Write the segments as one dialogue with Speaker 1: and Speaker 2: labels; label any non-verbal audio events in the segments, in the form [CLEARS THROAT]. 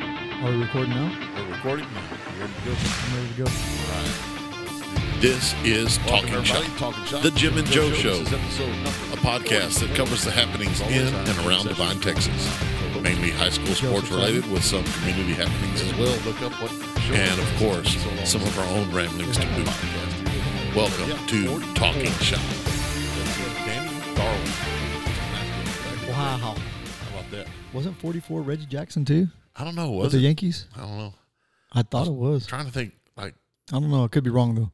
Speaker 1: Are we recording now?
Speaker 2: We're recording. You're good.
Speaker 1: I'm ready to go.
Speaker 2: All right.
Speaker 3: This is
Speaker 2: Welcome,
Speaker 3: Talking
Speaker 2: everybody.
Speaker 3: Shop,
Speaker 2: Talking Shop.
Speaker 3: The Jim and Joe Show.
Speaker 2: This is episode number
Speaker 3: a podcast that covers the happenings in and around Divine, Texas. Mainly high school sports related with some community happenings as well.
Speaker 2: Look up what show
Speaker 3: And of
Speaker 2: it is.
Speaker 3: course,
Speaker 2: So long.
Speaker 3: some of our own ramblings to boot.
Speaker 2: Podcast.
Speaker 3: Welcome
Speaker 2: Yeah,
Speaker 3: to
Speaker 2: 44.
Speaker 3: Talking Shop.
Speaker 2: That's it. Danny Darwin.
Speaker 1: Wow.
Speaker 3: Oh. How about that?
Speaker 1: Wasn't 44 Reggie Jackson too?
Speaker 3: I don't know,
Speaker 1: With
Speaker 3: was
Speaker 1: the
Speaker 3: it?
Speaker 1: Yankees?
Speaker 3: I don't know.
Speaker 1: I thought it was.
Speaker 3: Trying to think, like,
Speaker 1: I don't know. I could be wrong though.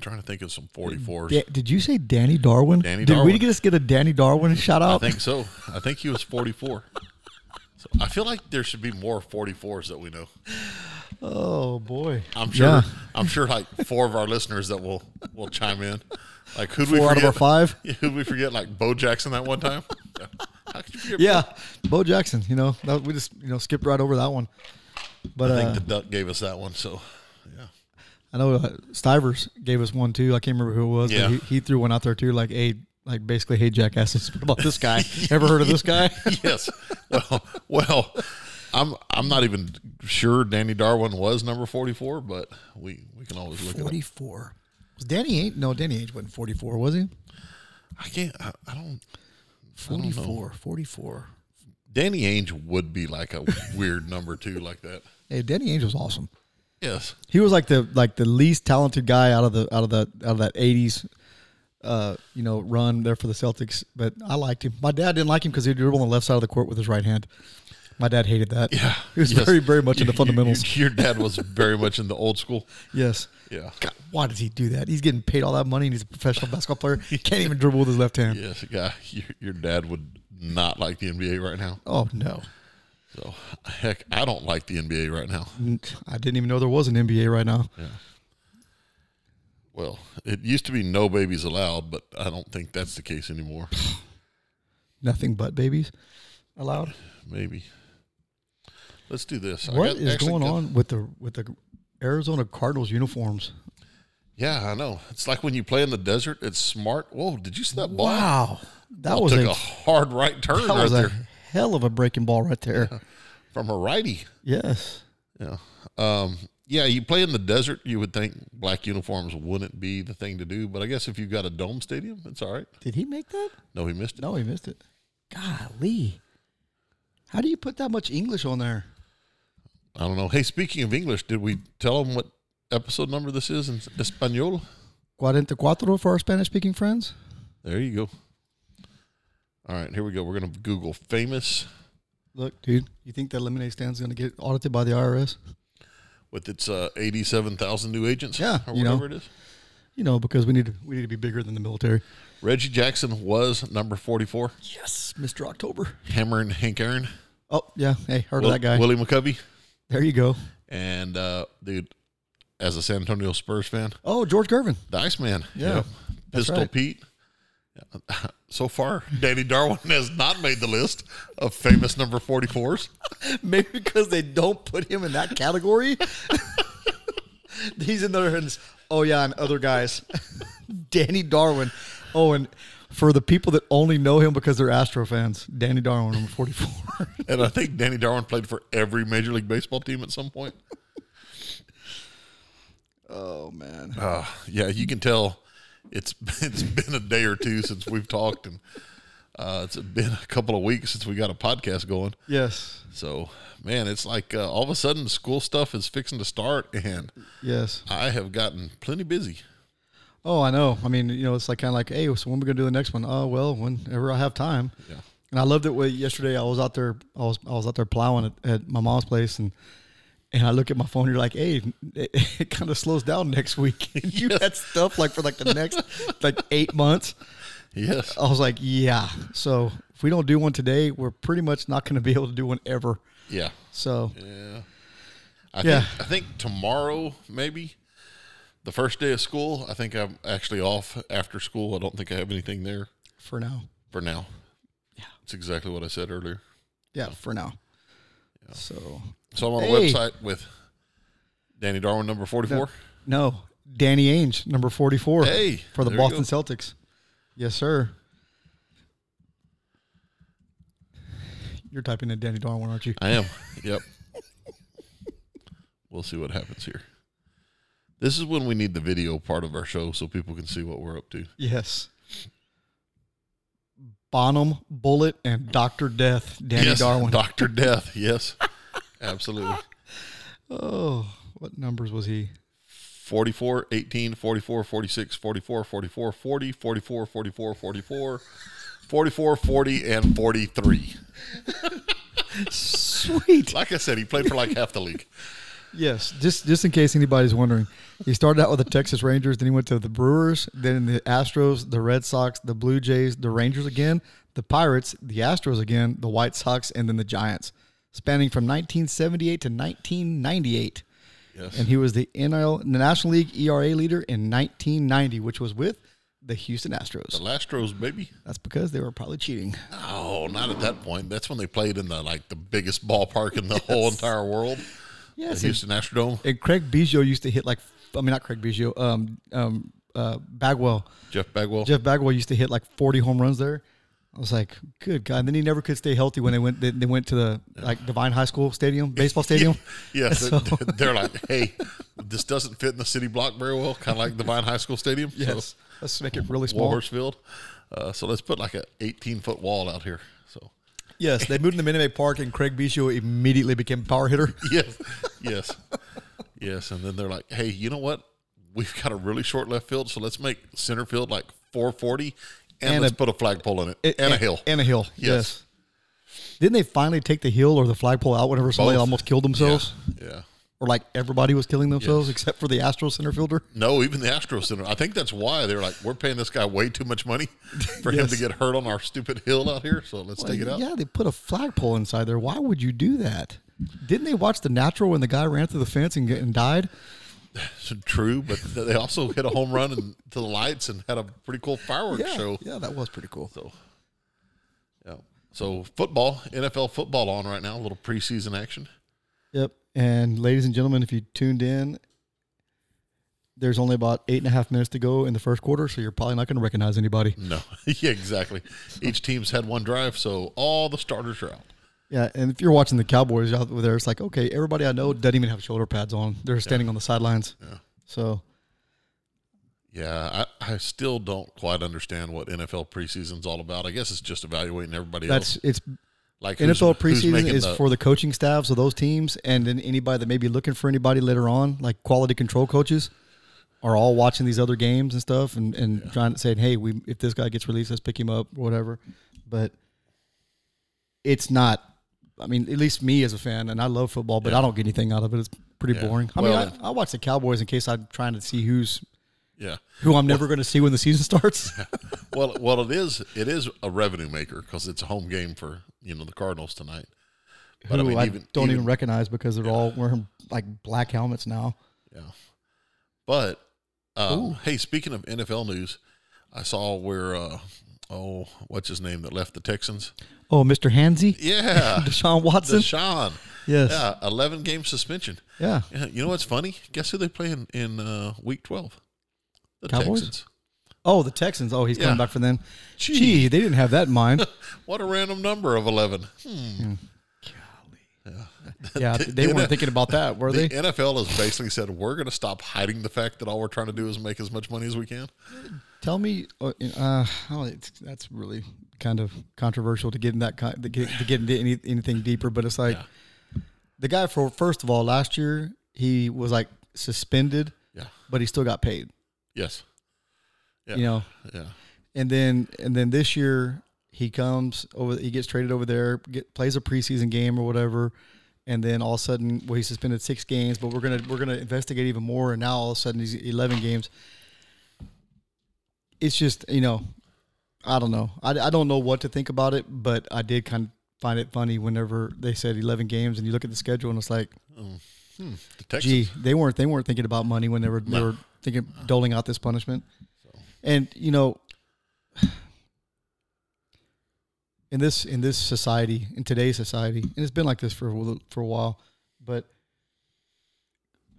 Speaker 3: trying to think of some 44s.
Speaker 1: Da- did you say Danny Darwin?
Speaker 3: Danny
Speaker 1: did we
Speaker 3: Darwin.
Speaker 1: just get a Danny Darwin shout
Speaker 3: I
Speaker 1: out?
Speaker 3: think so. I think he was 44. So I feel like there should be more 44s that we know.
Speaker 1: oh boy.
Speaker 3: I'm sure.
Speaker 1: Yeah.
Speaker 3: I'm sure like four of our listeners that will will chime in. Like who we
Speaker 1: Four out of
Speaker 3: forget?
Speaker 1: our five.
Speaker 3: Yeah, [LAUGHS] who'd we forget? Like Bo Jackson that one time. Yeah. How could you forget?
Speaker 1: Yeah, [LAUGHS] Bo Jackson. You know, that, we just you know skipped right over that one. But
Speaker 3: I
Speaker 1: uh,
Speaker 3: think the duck gave us that one. So [LAUGHS] yeah,
Speaker 1: I know uh, Stivers gave us one too. I can't remember who it was.
Speaker 3: Yeah.
Speaker 1: But he, he threw one out there too. Like hey, like basically hey jackasses. [LAUGHS] What about this
Speaker 3: [LAUGHS]
Speaker 1: guy? Ever heard of this guy?
Speaker 3: yes. Well, well, I'm I'm not even sure Danny Darwin was number 44, but we we can always look at it.
Speaker 1: 44. Was Danny Ainge? No, Danny Ainge wasn't 44, was he?
Speaker 3: up. I can't. I, I don't.
Speaker 1: 44, 44.
Speaker 3: Danny Ainge would be like a weird number two like that.
Speaker 1: Hey, Danny Ainge was awesome.
Speaker 3: Yes.
Speaker 1: He was like the like the least talented guy out of the out of the out of that 80s uh, you know, run there for the Celtics, but I liked him. My dad didn't like him cuz he dribbled on the left side of the court with his right hand. My dad hated that.
Speaker 3: Yeah.
Speaker 1: He was
Speaker 3: Yes.
Speaker 1: very very much
Speaker 3: You- [LAUGHS]
Speaker 1: into
Speaker 3: you-
Speaker 1: fundamentals.
Speaker 3: you- your dad was very much in the old school.
Speaker 1: yes.
Speaker 3: Yeah.
Speaker 1: God, why does he do that? He's getting paid all that money and he's a professional basketball
Speaker 3: [LAUGHS]
Speaker 1: player. He can't even dribble with his left hand.
Speaker 3: Yes, guy, [LAUGHS] your, your dad would not like the NBA right now.
Speaker 1: Oh no.
Speaker 3: So, heck, I don't like the NBA right now.
Speaker 1: I didn't even know there was an NBA right now.
Speaker 3: Well, it used to be no babies allowed, but I don't think that's the case anymore. [SIGHS]
Speaker 1: Nothing but babies allowed.
Speaker 3: Maybe. Let's do this. I
Speaker 1: What
Speaker 3: got-
Speaker 1: is
Speaker 3: actually
Speaker 1: going
Speaker 3: got-
Speaker 1: on with the with the Arizona Cardinals uniforms?
Speaker 3: Yeah, I know. It's like when you play in the desert. It's smart. Whoa, did you see that ball?
Speaker 1: that
Speaker 3: Ball
Speaker 1: was
Speaker 3: took
Speaker 1: a,
Speaker 3: a, hard right turn
Speaker 1: that
Speaker 3: right
Speaker 1: was a
Speaker 3: there
Speaker 1: hell of a breaking ball right there.
Speaker 3: from a righty.
Speaker 1: Yes,
Speaker 3: Yeah. Um, yeah, you play in the desert, you would think black uniforms wouldn't be the thing to do, but I guess if you've got a dome stadium, it's all right.
Speaker 1: did he make that?
Speaker 3: No, he missed it.
Speaker 1: No, he missed it. Golly, how do you put that much English on there?
Speaker 3: I don't know. Hey, speaking of English, did we tell them what episode number this is in Espanol?
Speaker 1: Cuarenta cuatro for our Spanish speaking friends.
Speaker 3: There you go. All right, here we go. We're going to Google famous
Speaker 1: Look, dude, you think that lemonade stand's going to get audited by the IRS?
Speaker 3: with its uh, 87,000 new agents
Speaker 1: Yeah,
Speaker 3: or
Speaker 1: you know.
Speaker 3: whatever it is.
Speaker 1: You know, because we need to, we need to be bigger than the military.
Speaker 3: Reggie Jackson was number 44.
Speaker 1: Yes, Mr. October.
Speaker 3: Hammer and Hank Aaron.
Speaker 1: Oh yeah, hey, heard
Speaker 3: Wil-
Speaker 1: of that guy?
Speaker 3: Willie McCovey.
Speaker 1: there you go.
Speaker 3: And, uh, dude, as a San Antonio Spurs fan,
Speaker 1: Oh, George Gervin.
Speaker 3: The Iceman.
Speaker 1: Yeah, that's
Speaker 3: Pistol
Speaker 1: right.
Speaker 3: Pete. [LAUGHS] So far, Danny Darwin [LAUGHS] has not made the list of famous number 44s.
Speaker 1: [LAUGHS] Maybe because they don't put him in that [LAUGHS] category. He's in there and oh yeah, and other guys. [LAUGHS] Danny Darwin. Oh, and for the people that only know him because they're Astro fans, Danny Darwin, number forty-four.
Speaker 3: And I think Danny Darwin played for every Major League Baseball team at some point.
Speaker 1: [LAUGHS] oh man,
Speaker 3: Uh, yeah, you can tell it's [LAUGHS] it's been a day or two since we've talked, and uh, it's been a couple of weeks since we got a podcast going.
Speaker 1: yes,
Speaker 3: So, man, it's like uh, all of a sudden school stuff is fixing to start, and
Speaker 1: yes.
Speaker 3: I have gotten plenty busy.
Speaker 1: Oh, I know. I mean, you know, it's like kind of like, hey, so when we gonna do the next one? Oh, well, whenever I have time.
Speaker 3: Yeah.
Speaker 1: And I loved it. When yesterday I was out there, I was I was out there plowing at, at my mom's place, and and I look at my phone. You're like, hey, it, it kind of slows down next week. [LAUGHS] And you had stuff like for like the next like eight months.
Speaker 3: Yes.
Speaker 1: I was like, yeah. So if we don't do one today, we're pretty much not going to be able to do one ever.
Speaker 3: Yeah.
Speaker 1: So
Speaker 3: Yeah. I
Speaker 1: Yeah.
Speaker 3: think I think tomorrow maybe the first day of school. I think I'm actually off after school. I don't think I have anything there
Speaker 1: for now,
Speaker 3: for now.
Speaker 1: Yeah.
Speaker 3: It's exactly what I said earlier.
Speaker 1: yeah, for now. So
Speaker 3: So I'm on
Speaker 1: Hey.
Speaker 3: a website with Danny Darwin number 44.
Speaker 1: no, Danny Ainge, number forty-four.
Speaker 3: Hey,
Speaker 1: for the
Speaker 3: there you
Speaker 1: Boston
Speaker 3: go.
Speaker 1: Celtics. Yes, sir. You're typing in Danny Darwin, aren't you?
Speaker 3: I am. [LAUGHS] Yep. We'll see what happens here. This is when we need the video part of our show so people can see what we're up to.
Speaker 1: Yes. Bonham Bullet and Doctor Death, Danny
Speaker 3: yes,
Speaker 1: Darwin.
Speaker 3: Dr. Death.
Speaker 1: [LAUGHS]
Speaker 3: Yes. Absolutely.
Speaker 1: oh, what numbers was he?
Speaker 3: 44, 18, 44, 46, 44, 44, 40, 44, 44, 44, 44, 40, and 43.
Speaker 1: Sweet.
Speaker 3: Like I said, he played for like half the league.
Speaker 1: Yes, just just in case anybody's wondering, he started out with the Texas Rangers, then he went to the Brewers, then the Astros, the Red Sox, the Blue Jays, the Rangers again, the Pirates, the Astros again, the White Sox, and then the Giants, spanning from 1978 to 1998.
Speaker 3: Yes.
Speaker 1: And he was the NL National League ERA leader in 1990, which was with the Houston
Speaker 3: The
Speaker 1: Astros.
Speaker 3: Lastros, baby.
Speaker 1: That's because they were probably cheating.
Speaker 3: [LAUGHS] Oh, not at that point. That's when they played in the like the biggest ballpark in the whole entire world.
Speaker 1: Yes,
Speaker 3: the
Speaker 1: and-
Speaker 3: Houston Astrodome.
Speaker 1: And Craig Biggio used to hit like I mean not Craig Biggio, um, um, uh, Bagwell.
Speaker 3: Jeff Bagwell.
Speaker 1: Jeff Bagwell used to hit like 40 home runs there. I was like, good God. And then he never could stay healthy when they went they, they went to the like Divine High School Stadium,
Speaker 3: [LAUGHS]
Speaker 1: baseball stadium.
Speaker 3: Yeah, so
Speaker 1: [LAUGHS] So-
Speaker 3: they're, like, hey, this doesn't fit in the city block very well, kind of like Divine High School Stadium.
Speaker 1: yes. Let's make it really
Speaker 3: So,
Speaker 1: small.
Speaker 3: Walhorse Field. Uh, so let's put like a 18 foot wall out here. So,
Speaker 1: Yes, they moved to Minute Maid Park and Craig Biggio immediately became a power hitter.
Speaker 3: yes, yes, yes. And then they're like, hey, you know what? We've got a really short left field, so let's make center field like 440 and,
Speaker 1: And
Speaker 3: let's
Speaker 1: a-
Speaker 3: put a flagpole in it [LAUGHS] and, a hill.
Speaker 1: And a hill. Yes.
Speaker 3: Yes.
Speaker 1: Didn't they finally take the hill or the flagpole out whenever somebody
Speaker 3: Both.
Speaker 1: almost killed themselves?
Speaker 3: yeah, yeah.
Speaker 1: Or like everybody was killing themselves
Speaker 3: Yes.
Speaker 1: except for the Astro center fielder?
Speaker 3: No, even the Astro Center. I think that's why they're like, we're paying this guy way too much money [LAUGHS] for him
Speaker 1: Yes.
Speaker 3: to get hurt on our stupid hill out here. So let's take it out.
Speaker 1: Yeah, they put a flagpole inside there. Why would you do that? Didn't they watch the natural when the guy ran through the fence and, get- and died?
Speaker 3: So true, but th- they also hit a home run and to the lights and had a pretty cool fireworks
Speaker 1: Yeah,
Speaker 3: show.
Speaker 1: yeah, that was pretty cool.
Speaker 3: So, yeah. So football, NFL football on right now. A little preseason action.
Speaker 1: Yep. And ladies and gentlemen, if you tuned in, there's only about eight and a half minutes to go in the first quarter, so you're probably not going to recognize anybody.
Speaker 3: No, [LAUGHS] yeah, exactly. Each team's had one drive, so all the starters are out.
Speaker 1: Yeah, and if you're watching the Cowboys out there, it's like, okay, everybody I know doesn't even have shoulder pads on. They're standing on the sidelines.
Speaker 3: Yeah.
Speaker 1: So
Speaker 3: Yeah, I, I still don't quite understand what NFL preseason's all about. I guess it's just evaluating everybody else.
Speaker 1: that's it's
Speaker 3: Like who's-
Speaker 1: NFL
Speaker 3: who's
Speaker 1: preseason
Speaker 3: making
Speaker 1: is
Speaker 3: the-
Speaker 1: for the coaching staffs of those teams, and then anybody that may be looking for anybody later on, like quality control coaches, are all watching these other games and stuff, and and trying to say, hey, we if this guy gets released, let's pick him up, or whatever. But it's not. I mean, at least me as a fan, and I love football, but I don't get anything out of it. It's pretty
Speaker 3: Yeah.
Speaker 1: boring. I
Speaker 3: Well,
Speaker 1: mean, I, I watch the Cowboys in case I'm trying to see who's
Speaker 3: yeah.
Speaker 1: who I'm never going to see when the season
Speaker 3: [LAUGHS]
Speaker 1: starts.
Speaker 3: well, well, it is. It is a revenue maker because it's a home game for you know the Cardinals tonight.
Speaker 1: who I, don't even, recognize because they're all wearing like black helmets now.
Speaker 3: yeah. But um, hey, speaking of NFL news, I saw where uh, oh, what's his name that left the Texans?
Speaker 1: Oh, Mr.
Speaker 3: [LAUGHS]
Speaker 1: Hansy.
Speaker 3: Yeah,
Speaker 1: [LAUGHS] Deshaun Watson.
Speaker 3: Deshaun.
Speaker 1: Yes.
Speaker 3: Yeah, eleven game suspension.
Speaker 1: Yeah.
Speaker 3: Yeah, you know what's funny? Guess who they play in in uh, week twelve? The
Speaker 1: Cowboys?
Speaker 3: Texans.
Speaker 1: Oh, the Texans. Oh, he's
Speaker 3: Yeah.
Speaker 1: coming back for them.
Speaker 3: Gee.
Speaker 1: Gee, they didn't have that in
Speaker 3: [LAUGHS]
Speaker 1: mind.
Speaker 3: What a random number of eleven. Hmm.
Speaker 1: yeah, they weren't thinking about that, were
Speaker 3: [LAUGHS] The
Speaker 1: they?
Speaker 3: NFL has basically said we're going to stop hiding the fact that all we're trying to do is make as much money as we can.
Speaker 1: Tell me, uh, uh, oh, it's, that's really kind of controversial to get in that kind, to, get, to get into any, anything deeper. But it's like the guy for first of all, last year he was like suspended,
Speaker 3: Yeah.
Speaker 1: but he still got paid.
Speaker 3: Yes. Yeah.
Speaker 1: You know,
Speaker 3: Yeah.
Speaker 1: and then and then this year he comes over he gets traded over there get, plays a preseason game or whatever and then all of a sudden well he suspended six games but we're gonna we're gonna investigate even more and now all of a sudden he's 11 games it's just you know i don't know i, I don't know what to think about it but i did kind of find it funny whenever they said 11 games and you look at the schedule and it's like
Speaker 3: The Texans.
Speaker 1: gee, they weren't they weren't thinking about money whenever they were thinking doling out this punishment. And you know, [SIGHS] in this in this society, in today's society, and it's been like this for a little- for a while, but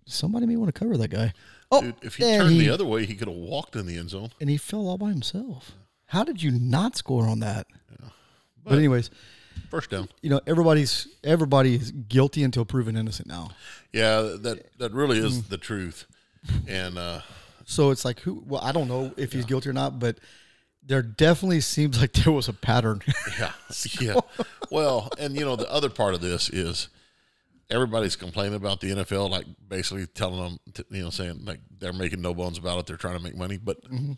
Speaker 1: somebody may want to cover that guy. Oh,
Speaker 3: Dude, if he
Speaker 1: and
Speaker 3: turned
Speaker 1: he-
Speaker 3: the other way, he could have walked in the end zone.
Speaker 1: and he fell all by himself. How did you not score on that? But,
Speaker 3: But-
Speaker 1: anyways,
Speaker 3: First down.
Speaker 1: you know everybody's everybody is guilty until proven innocent now.
Speaker 3: Yeah, that that really is
Speaker 1: Hmm.
Speaker 3: the truth. And uh, [LAUGHS]
Speaker 1: So it's like who? Well, I don't know if he's guilty or not, but there definitely seems like there was a
Speaker 3: [LAUGHS]
Speaker 1: pattern. [LAUGHS]
Speaker 3: yeah, yeah. Well, and you know the other part of this is everybody's complaining about the NFL, like basically telling them, to, you know, saying like they're making no bones about it, they're trying to make money, but.
Speaker 1: Mm-hmm.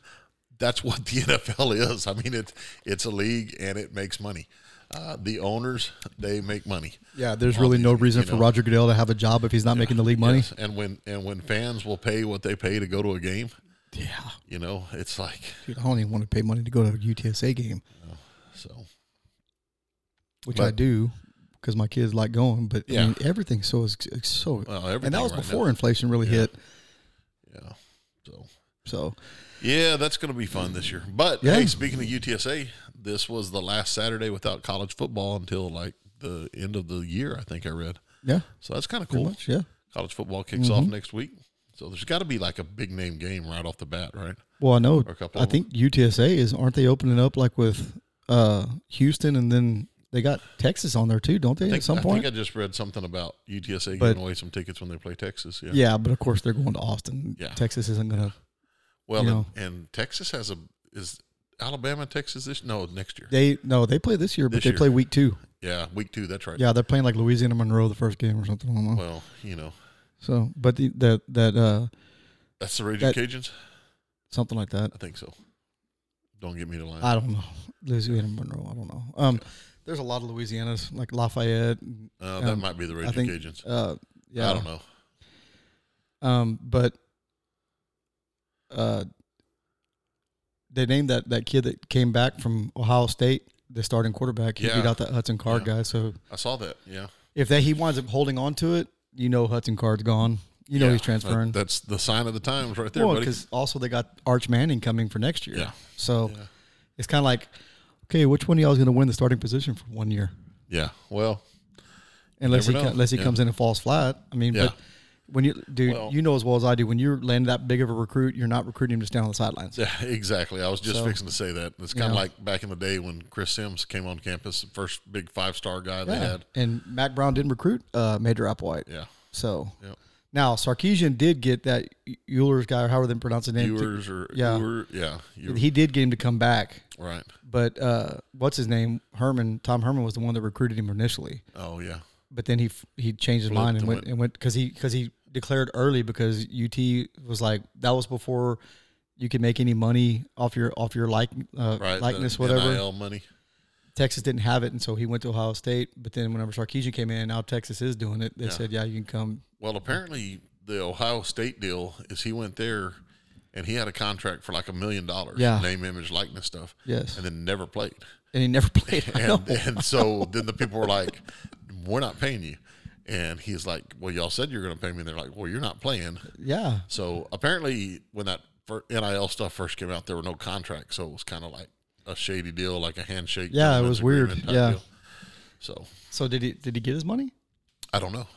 Speaker 3: That's what the [LAUGHS] NFL is. I mean, it it's a league and it makes money. Uh, the owners they make money.
Speaker 1: yeah, there's really
Speaker 3: these,
Speaker 1: no
Speaker 3: you
Speaker 1: reason for
Speaker 3: know.
Speaker 1: Roger Goodell to have a job if he's not making the league money.
Speaker 3: Yes, and when and when fans will pay what they pay to go to a game,
Speaker 1: Yeah,
Speaker 3: you know, it's like
Speaker 1: dude, I don't even want to pay money to go to a UTSA game,
Speaker 3: so.
Speaker 1: which I
Speaker 3: But-
Speaker 1: do because my kids like going. But I
Speaker 3: Yeah.
Speaker 1: mean, everything so is it's so,
Speaker 3: Well,
Speaker 1: and
Speaker 3: everything
Speaker 1: that was
Speaker 3: right
Speaker 1: before
Speaker 3: now.
Speaker 1: inflation really hit.
Speaker 3: Yeah. So
Speaker 1: So
Speaker 3: yeah, that's going to be fun this year. But
Speaker 1: Yeah.
Speaker 3: hey, speaking of UTSA, this was the last Saturday without college football until like the end of the year. I think I read.
Speaker 1: yeah,
Speaker 3: So that's kind of
Speaker 1: pretty
Speaker 3: cool.
Speaker 1: much Mm-hmm. yeah.
Speaker 3: College football kicks off next week. So there's got to be like a big name game right off the bat, right?
Speaker 1: Well, I know.
Speaker 3: Or a couple
Speaker 1: I
Speaker 3: of
Speaker 1: think UTSA is aren't they opening up like with uh, Houston and then they got Texas on there too, don't they?
Speaker 3: I think,
Speaker 1: at some
Speaker 3: I,
Speaker 1: point,
Speaker 3: think I just read something about UTSA
Speaker 1: But-
Speaker 3: giving away some tickets when they play Texas. Yeah.
Speaker 1: yeah. but of course they're going to Austin.
Speaker 3: Yeah.
Speaker 1: Texas isn't gonna.
Speaker 3: Well,
Speaker 1: You
Speaker 3: and,
Speaker 1: know.
Speaker 3: and Texas has a is Alabama Texas this no next year.
Speaker 1: They no, they play this year, but
Speaker 3: This
Speaker 1: they
Speaker 3: year.
Speaker 1: play week two.
Speaker 3: Yeah, week two. That's right.
Speaker 1: Yeah, they're playing like Louisiana Monroe the first game or something. I don't know.
Speaker 3: Well, you know
Speaker 1: So, but the, that that uh,
Speaker 3: that's the Raging
Speaker 1: That-
Speaker 3: Cajuns.
Speaker 1: something like that.
Speaker 3: I think so. Don't get me to lie.
Speaker 1: I don't know Louisiana Monroe. I don't know. Um, there's a lot of Louisianas like Lafayette. and,
Speaker 3: Uh, that
Speaker 1: um,
Speaker 3: might be the
Speaker 1: I
Speaker 3: Raging
Speaker 1: think.
Speaker 3: Cajuns.
Speaker 1: Uh, yeah,
Speaker 3: I don't know.
Speaker 1: Um, but uh, they named that that kid that came back from Ohio State the starting quarterback. He beat
Speaker 3: Yeah.
Speaker 1: out that Hudson Card
Speaker 3: Yeah.
Speaker 1: guy. So
Speaker 3: I saw that. Yeah,
Speaker 1: if that he winds up holding on to it, you know Hudson Card's gone. You know
Speaker 3: Yeah,
Speaker 1: he's transferring.
Speaker 3: that- that's the sign of the times, right there,
Speaker 1: well,
Speaker 3: buddy.
Speaker 1: because also they got Arch Manning coming for next year.
Speaker 3: Yeah.
Speaker 1: So
Speaker 3: Yeah.
Speaker 1: it's kind of like, okay, which one of y'all is going to win the starting position for one year?
Speaker 3: Yeah. Well, [LAUGHS]
Speaker 1: Unless he
Speaker 3: never
Speaker 1: co-
Speaker 3: know.
Speaker 1: unless he
Speaker 3: Yeah.
Speaker 1: comes in and falls flat. I mean,
Speaker 3: Yeah.
Speaker 1: but when you dude,
Speaker 3: Well-
Speaker 1: you know as well as I do, when you're landing that big of a recruit, you're not recruiting him to stand on the sidelines.
Speaker 3: yeah, exactly. I was just
Speaker 1: So-
Speaker 3: fixing to say that. It's kind
Speaker 1: Yeah.
Speaker 3: of like back in the day when Chris Sims came on campus, the first big five star guy they
Speaker 1: Yeah.
Speaker 3: had.
Speaker 1: And Mac Brown didn't recruit uh, Major Applewhite.
Speaker 3: Yeah.
Speaker 1: So
Speaker 3: Yep.
Speaker 1: now Sarkeesian did get that Euler's guy, or however they pronounce the name. to-
Speaker 3: Ewers or
Speaker 1: yeah.
Speaker 3: Ewer- yeah, Ewer-
Speaker 1: he did get him to come back.
Speaker 3: right.
Speaker 1: But uh, what's his name? Herman. Tom Herman was the one that recruited him initially.
Speaker 3: Oh yeah.
Speaker 1: But then he f- he changed his
Speaker 3: Flipped
Speaker 1: mind and
Speaker 3: and
Speaker 1: went
Speaker 3: went-
Speaker 1: and went because he because he declared early because UT was like that was before you could make any money off your off your like uh,
Speaker 3: Right. the
Speaker 1: likeness whatever.
Speaker 3: NIL money.
Speaker 1: Texas didn't have it, and so he went to Ohio State. But then whenever Sarkeesian came in, now Texas is doing it. They said, yeah, you can come
Speaker 3: Well, apparently the Ohio State deal is he went there and he had a contract for like a million dollars,
Speaker 1: Yeah.
Speaker 3: name, image, likeness stuff,
Speaker 1: Yes.
Speaker 3: and then never
Speaker 1: [LAUGHS]
Speaker 3: played.
Speaker 1: and he never played.
Speaker 3: [LAUGHS]
Speaker 1: I know.
Speaker 3: And, and so then the people were like, "We're not paying you," and he's like, "Well, y'all said you're going to pay me." And they're like, "Well, you're not playing."
Speaker 1: [LAUGHS] yeah,
Speaker 3: So apparently, when that fir- NIL stuff first came out, there were no contracts, so it was kind of like a shady deal, like a handshake.
Speaker 1: Yeah, it
Speaker 3: gentleman's
Speaker 1: was weird.
Speaker 3: agreement type
Speaker 1: Yeah.
Speaker 3: So
Speaker 1: So did he did he get his money?
Speaker 3: I don't know.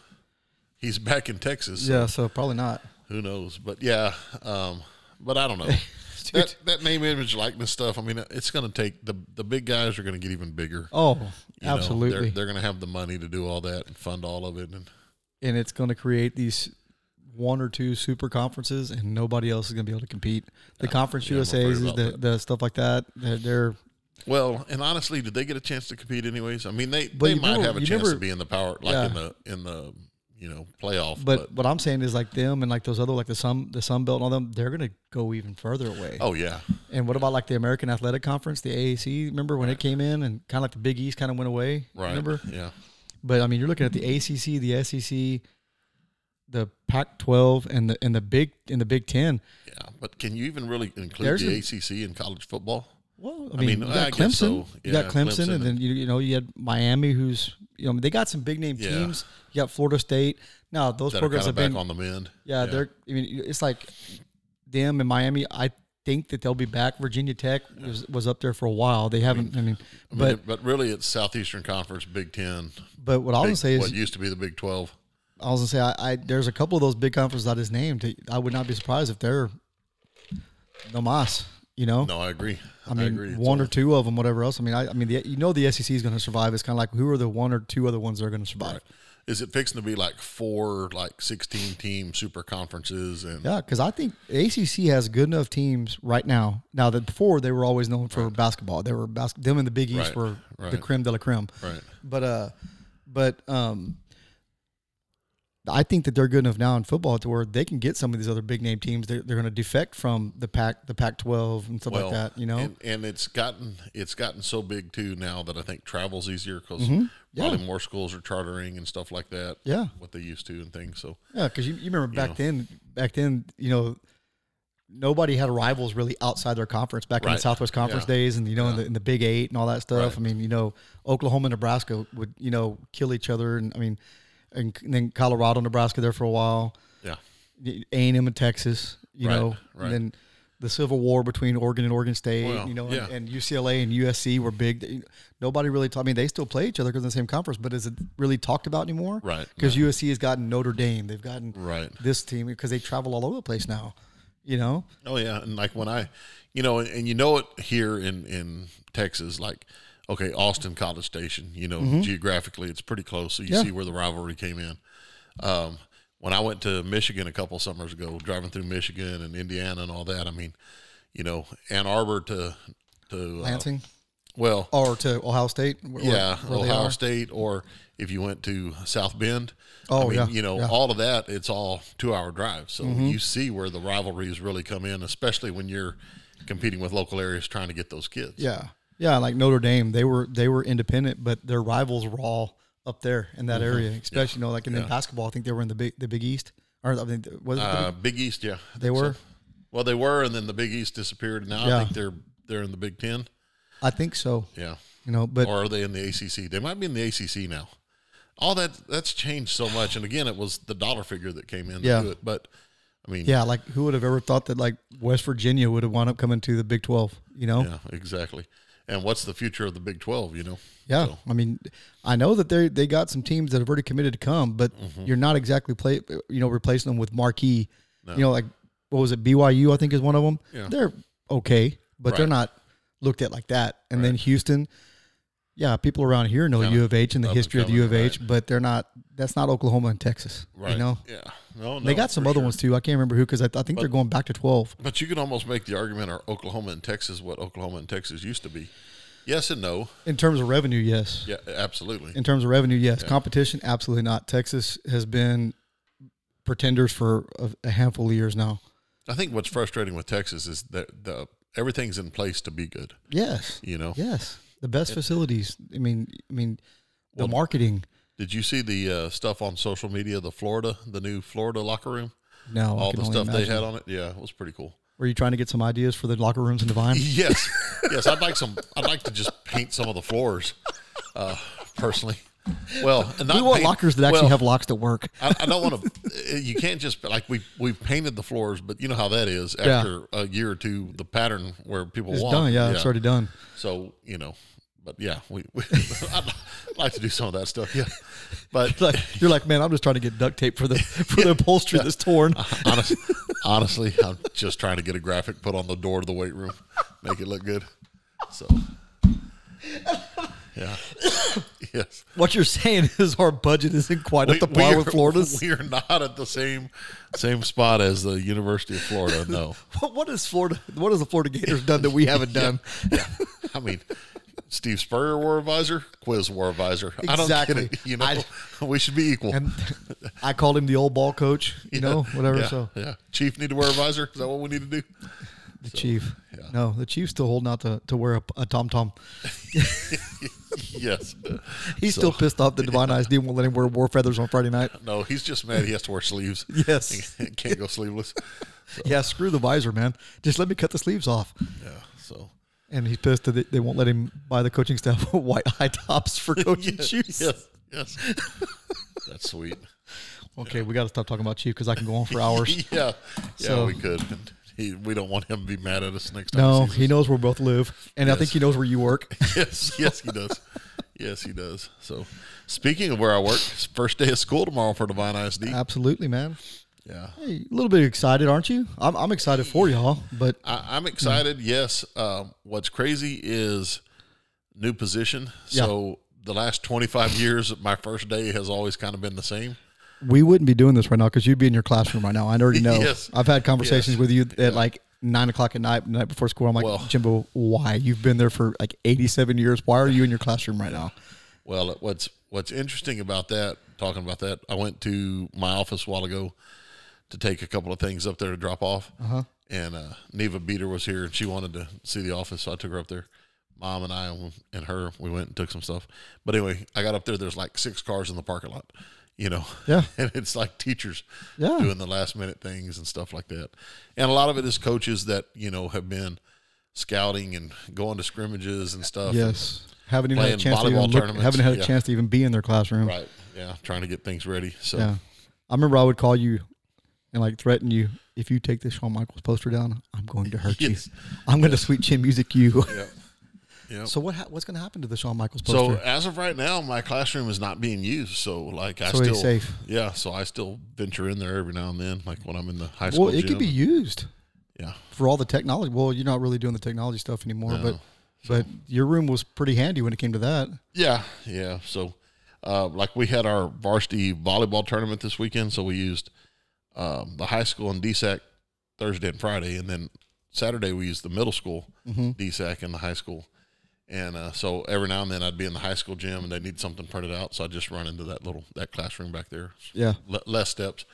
Speaker 3: He's back in Texas.
Speaker 1: Yeah, so probably not.
Speaker 3: who knows but yeah um but i
Speaker 1: [LAUGHS]
Speaker 3: don't know
Speaker 1: Dude.
Speaker 3: that, that name image likeness stuff i mean it's going to take the the big guys are going to get even bigger
Speaker 1: Oh,
Speaker 3: You know,
Speaker 1: absolutely.
Speaker 3: they're, they're going to have the money to do all that and fund all of it and
Speaker 1: and it's going to create these one or two super conferences, and nobody else is going to be able to compete. The conference
Speaker 3: yeah, I'm
Speaker 1: USAs is
Speaker 3: afraid
Speaker 1: the,
Speaker 3: about that.
Speaker 1: the stuff like that. They're, they're
Speaker 3: well and honestly did they get a chance to compete anyways i mean they
Speaker 1: But
Speaker 3: they
Speaker 1: you
Speaker 3: might
Speaker 1: never-
Speaker 3: have a
Speaker 1: you
Speaker 3: chance
Speaker 1: never-
Speaker 3: to be in the power like
Speaker 1: yeah.
Speaker 3: in the in the you know playoff
Speaker 1: but, what I'm saying is like them and like those other like the Sun the Sun Belt and all them. They're going to go even further away.
Speaker 3: oh yeah
Speaker 1: And what about like the American Athletic Conference, the AAC? Remember when it came in and kind of like the Big East kind of went away?
Speaker 3: right
Speaker 1: Remember?
Speaker 3: yeah
Speaker 1: But I mean, you're looking at the ACC, the SEC, the Pac-12, and the and the Big and the Big Ten.
Speaker 3: yeah but can you even really include
Speaker 1: There's
Speaker 3: the
Speaker 1: a-
Speaker 3: acc in college football
Speaker 1: Well, I
Speaker 3: I
Speaker 1: mean,
Speaker 3: mean,
Speaker 1: you got
Speaker 3: I
Speaker 1: Clemson,
Speaker 3: guess so.
Speaker 1: you got
Speaker 3: Yeah,
Speaker 1: Clemson,
Speaker 3: Clemson
Speaker 1: and then you you know you had Miami, who's you know they got some big name
Speaker 3: Yeah.
Speaker 1: teams. You got Florida State. Now those
Speaker 3: that are
Speaker 1: programs
Speaker 3: kind
Speaker 1: have
Speaker 3: of back
Speaker 1: been,
Speaker 3: on the mend
Speaker 1: yeah, they're. I mean, it's like them and Miami. I think that they'll be back. Virginia Tech was, was up there for a while. They haven't. I mean,
Speaker 3: I
Speaker 1: but
Speaker 3: mean, but really, it's Southeastern Conference, Big Ten.
Speaker 1: but what I was
Speaker 3: Big-
Speaker 1: gonna say is
Speaker 3: what used to be the Big Twelve.
Speaker 1: I was gonna say I, I there's a couple of those big conferences I just named. I would not be surprised if they're no mas. You know,
Speaker 3: No, I agree.
Speaker 1: I mean,
Speaker 3: agree. It's
Speaker 1: one
Speaker 3: all-
Speaker 1: or two of them, whatever else. I mean, I, I mean, the, you know, the SEC is going to survive. It's kind of like who are the one or two other ones that are going to survive?
Speaker 3: Is it fixing to be like four, like sixteen team super conferences and
Speaker 1: Yeah, because I think ACC has good enough teams right now. Now that before they were always known for basketball, they were bas- them and the Big East
Speaker 3: Right,
Speaker 1: were the
Speaker 3: right.
Speaker 1: creme de la creme.
Speaker 3: right?
Speaker 1: But uh, but um, I think that they're good enough now in football to where they can get some of these other big name teams. They're, they're going to defect from the pack, the Pac twelve, and stuff like that. You know,
Speaker 3: and, and it's gotten it's gotten so big too now that I think travel's easier because
Speaker 1: Mm-hmm. Yeah.
Speaker 3: probably more schools are chartering and stuff like that.
Speaker 1: Yeah.
Speaker 3: what they used to and things. So
Speaker 1: yeah, because you, you remember back
Speaker 3: know.
Speaker 1: then, back then, you know. Nobody had rivals really outside their conference back in the
Speaker 3: Right.
Speaker 1: Southwest Conference
Speaker 3: Yeah.
Speaker 1: days, and you know, in, the, in the Big Eight and all that stuff.
Speaker 3: Right.
Speaker 1: I mean, you know, Oklahoma, and Nebraska would you know kill each other, and I mean, and, and then Colorado, Nebraska there for a while.
Speaker 3: yeah,
Speaker 1: A and M and Texas, you
Speaker 3: Right,
Speaker 1: know,
Speaker 3: right.
Speaker 1: and then the Civil War between Oregon and Oregon State,
Speaker 3: Well,
Speaker 1: you know,
Speaker 3: yeah.
Speaker 1: and, and UCLA and USC were big. They- Nobody really. Talk, I mean, they still play each other because in the same conference, but is it really talked about anymore?
Speaker 3: Right,
Speaker 1: Because USC has gotten Notre Dame, they've gotten
Speaker 3: Right.
Speaker 1: this team because they travel all over the place now. You know,
Speaker 3: oh yeah, and like when I, you know, and, and you know it here in in Texas, like okay, Austin College Station, you know, geographically it's pretty close, so you
Speaker 1: Mm-hmm. Yeah.
Speaker 3: see where the rivalry came in. Um, when I went to Michigan a couple summers ago, driving through Michigan and Indiana and all that, I mean, you know, Ann Arbor to to uh,
Speaker 1: Lansing
Speaker 3: well,
Speaker 1: or to Ohio State. where-
Speaker 3: yeah,
Speaker 1: where they
Speaker 3: Ohio
Speaker 1: are.
Speaker 3: State, or if you went to South Bend.
Speaker 1: Oh,
Speaker 3: I mean,
Speaker 1: yeah,
Speaker 3: you know,
Speaker 1: yeah. Mm-hmm.
Speaker 3: all of that, it's all two hour drives. So you see where the rivalries really come in, especially when you're competing with local areas trying to get those kids.
Speaker 1: Yeah, yeah, like Notre Dame, they were they were independent, but their rivals were all up there in that
Speaker 3: Mm-hmm.
Speaker 1: area, especially you know, like in the basketball. I think they were in the big the Big East, or I mean, was it the
Speaker 3: Uh, Big East, yeah. I
Speaker 1: They
Speaker 3: think so.
Speaker 1: were?
Speaker 3: Well, they were, and then the Big East disappeared. and Now
Speaker 1: Yeah.
Speaker 3: I think they're they're in the Big Ten.
Speaker 1: I think so.
Speaker 3: Yeah.
Speaker 1: You know, but
Speaker 3: or are they in the ACC? They might be in the ACC now. All that that's changed so much, and again, it was the dollar figure that came in. to
Speaker 1: Yeah.
Speaker 3: do it. But I mean,
Speaker 1: yeah, like who would have ever thought that like West Virginia would have wound up coming to the Big Twelve? You know, yeah.
Speaker 3: Yeah, exactly. And what's the future of the Big Twelve? You know, So,
Speaker 1: I mean, I know that they they got some teams that have already committed to come, but
Speaker 3: Mm-hmm.
Speaker 1: you're not exactly play you know replacing them with marquee. You know, like what was it? BYU, I think, is one of them.
Speaker 3: Yeah.
Speaker 1: They're okay, but they're
Speaker 3: Right.
Speaker 1: not looked at like that. And then Houston. Yeah, people around here know U of H and the
Speaker 3: up and
Speaker 1: history of the U of
Speaker 3: coming,
Speaker 1: H, but they're not. That's not Oklahoma and Texas.
Speaker 3: right?
Speaker 1: You know,
Speaker 3: yeah, no, no,
Speaker 1: they got some
Speaker 3: for
Speaker 1: other
Speaker 3: sure.
Speaker 1: ones too. I can't remember who because I, I think they're going back to twelve.
Speaker 3: But you can almost make the argument: Are Oklahoma and Texas what Oklahoma and Texas used to be? Yes and no.
Speaker 1: In terms of revenue, yes.
Speaker 3: Yeah, absolutely.
Speaker 1: In terms of revenue, yes. Competition, absolutely not. Texas has been pretenders for a, a handful of years now.
Speaker 3: I think what's frustrating with Texas is that the everything's in place to be good.
Speaker 1: Yes.
Speaker 3: You know,
Speaker 1: Yes. The best facilities. I mean, I mean, the marketing.
Speaker 3: did you see the uh, stuff on social media? The Florida, the new Florida locker room,
Speaker 1: No, I
Speaker 3: all
Speaker 1: can
Speaker 3: the
Speaker 1: only
Speaker 3: stuff they
Speaker 1: imagine.
Speaker 3: had on it. Yeah, it was pretty cool.
Speaker 1: Were you trying to get some ideas for the locker rooms in Divine?
Speaker 3: Yes, yes. I'd like some. I'd like to just paint some of the floors, uh, personally. Well, and not
Speaker 1: We want
Speaker 3: paint-
Speaker 1: lockers that actually
Speaker 3: well,
Speaker 1: have locks that work.
Speaker 3: I, I don't want to. You can't just like we we've painted the floors, but you know how that is.
Speaker 1: Yeah.
Speaker 3: After a year or two, the pattern where people
Speaker 1: It's
Speaker 3: walk.
Speaker 1: done. Yeah, it's already done.
Speaker 3: So you know, but yeah, we. we [LAUGHS] I'd like to do some of that stuff. Yeah,
Speaker 1: [LAUGHS]
Speaker 3: but
Speaker 1: Like you're like, man, I'm just trying to get duct tape for the for the upholstery that's torn.
Speaker 3: [LAUGHS] honest, honestly, I'm just trying to get a graphic put on the door to the weight room, make it look good. So, yeah, [COUGHS] yes.
Speaker 1: What you're saying is our budget isn't quite up to par with
Speaker 3: [LAUGHS]
Speaker 1: Florida's.
Speaker 3: We are not at the same same spot as the University of Florida. No,
Speaker 1: What what is Florida? What has the Florida Gators done that we haven't done?
Speaker 3: [LAUGHS] yeah. I mean, Steve Spurrier war advisor, quiz war advisor. I don't get
Speaker 1: Exactly.
Speaker 3: it. You know,
Speaker 1: I-
Speaker 3: [LAUGHS] we should be equal. [LAUGHS]
Speaker 1: And I called him the old ball coach, you know, whatever.
Speaker 3: Yeah,
Speaker 1: So
Speaker 3: yeah, chief need to wear a visor. Is that what we need to do? [LAUGHS]
Speaker 1: the chief,
Speaker 3: yeah.
Speaker 1: no, the chief's still holding out to, to wear a, a tom tom.
Speaker 3: Yes.
Speaker 1: He's
Speaker 3: So-
Speaker 1: still pissed off
Speaker 3: [LAUGHS]
Speaker 1: that Divine Eyes didn't let him wear war feathers on Friday night.
Speaker 3: No, he's just mad. He has to wear sleeves.
Speaker 1: [LAUGHS] Yes.
Speaker 3: can't go sleeveless.
Speaker 1: Yeah, screw the visor, man. Just let me cut the sleeves off.
Speaker 3: Yeah. So
Speaker 1: And he's pissed that they- they won't let him buy the coaching staff [LAUGHS] white high tops
Speaker 3: [LAUGHS]
Speaker 1: for coaching shoes.
Speaker 3: yes, yes. That's sweet.
Speaker 1: Okay, we got to stop talking about chief because I can go
Speaker 3: [LAUGHS]
Speaker 1: on for hours.
Speaker 3: Yeah, yeah.
Speaker 1: So-
Speaker 3: we could. He, we don't want him to be mad at us next time. [LAUGHS]
Speaker 1: No,
Speaker 3: sees
Speaker 1: he knows where both live, and I
Speaker 3: Yes.
Speaker 1: think he knows where you
Speaker 3: [LAUGHS]
Speaker 1: work.
Speaker 3: us. Yes, yes, he does. yes, he does.
Speaker 1: Uh,
Speaker 3: So, speaking of where I work, it's first day of school tomorrow for Divine ISD.
Speaker 1: Absolutely, man.
Speaker 3: Yeah.
Speaker 1: Hey, a little bit excited, aren't you? I'm, I'm excited for y'all, but
Speaker 3: I, I'm excited. Yes. Um, what's crazy is new position.
Speaker 1: Yeah.
Speaker 3: So the last 25 years, my first day has always kind of been the same.
Speaker 1: we wouldn't be doing this right now because you'd be in your classroom right now. I already know.
Speaker 3: [LAUGHS] Yes.
Speaker 1: I've had conversations
Speaker 3: Yes.
Speaker 1: with you at like nine o'clock at night, the night before school. I'm like,
Speaker 3: Well-
Speaker 1: Jimbo, why? You've been there for like 87 years. Why are you in your classroom right now?
Speaker 3: Well, what's what's interesting about that? Talking about that, I went to my office a while ago to take a couple of things up there to drop off,
Speaker 1: Uh-huh.
Speaker 3: and uh, Neva Beater was here and she wanted to see the office, so I took her up there. Mom and I and her, we went and took some stuff. But anyway, I got up there. There's like six cars in the parking lot, you know.
Speaker 1: Yeah.
Speaker 3: [LAUGHS] and it's like teachers
Speaker 1: Yeah.
Speaker 3: doing the last minute things and stuff like that. And a lot of it is coaches that you know have been scouting and going to scrimmages and stuff.
Speaker 1: Yes. Haven't even had a
Speaker 3: Playing
Speaker 1: chance to
Speaker 3: volleyball
Speaker 1: even look,
Speaker 3: tournaments,
Speaker 1: haven't had a
Speaker 3: yeah.
Speaker 1: chance to even be in their classroom.
Speaker 3: Right. Yeah. Trying to get things ready. So
Speaker 1: Yeah. I remember I would call you and like threaten you if you take this Shawn Michaels poster down, I'm going to hurt
Speaker 3: Yes.
Speaker 1: you. I'm going to sweet chin music you. [LAUGHS]
Speaker 3: Yep. Yep.
Speaker 1: So what ha- what's going to happen to the Shawn Michaels
Speaker 3: So
Speaker 1: poster?
Speaker 3: as of right now, my classroom is not being used. So like I
Speaker 1: So
Speaker 3: still
Speaker 1: he's safe.
Speaker 3: Yeah. So I still venture in there every now and then, like when I'm in the high school.
Speaker 1: well, it could
Speaker 3: gym.
Speaker 1: be used.
Speaker 3: Yeah.
Speaker 1: for all the technology. Well, you're not really doing the technology stuff anymore, but but your room was pretty handy when it came to that.
Speaker 3: Yeah. Yeah. So, uh, like we had our varsity volleyball tournament this weekend, so we used um, the high school and DSAC Thursday and Friday, and then Saturday we used the middle school
Speaker 1: Mm-hmm.
Speaker 3: DSAC and the high school. And uh, so every now and then I'd be in the high school gym and they need something printed out, so I just run into that little that classroom back there.
Speaker 1: Yeah,
Speaker 3: Le- less steps.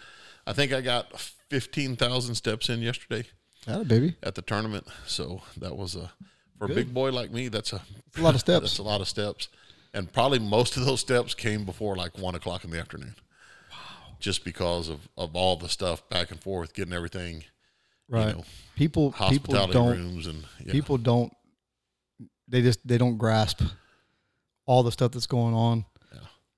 Speaker 3: I think I got fifteen thousand steps in yesterday
Speaker 1: that baby.
Speaker 3: at the tournament, so that was a for a big boy like me. That's a
Speaker 1: It's a
Speaker 3: [LAUGHS]
Speaker 1: lot of
Speaker 3: that's
Speaker 1: steps.
Speaker 3: a lot of steps, and probably most of those steps came before like one o'clock in the afternoon. Wow! Just because of of all the stuff back and forth, getting everything
Speaker 1: right.
Speaker 3: know,
Speaker 1: people people
Speaker 3: hospitality
Speaker 1: don't
Speaker 3: rooms and yeah.
Speaker 1: people don't they just they don't grasp all the stuff that's going on.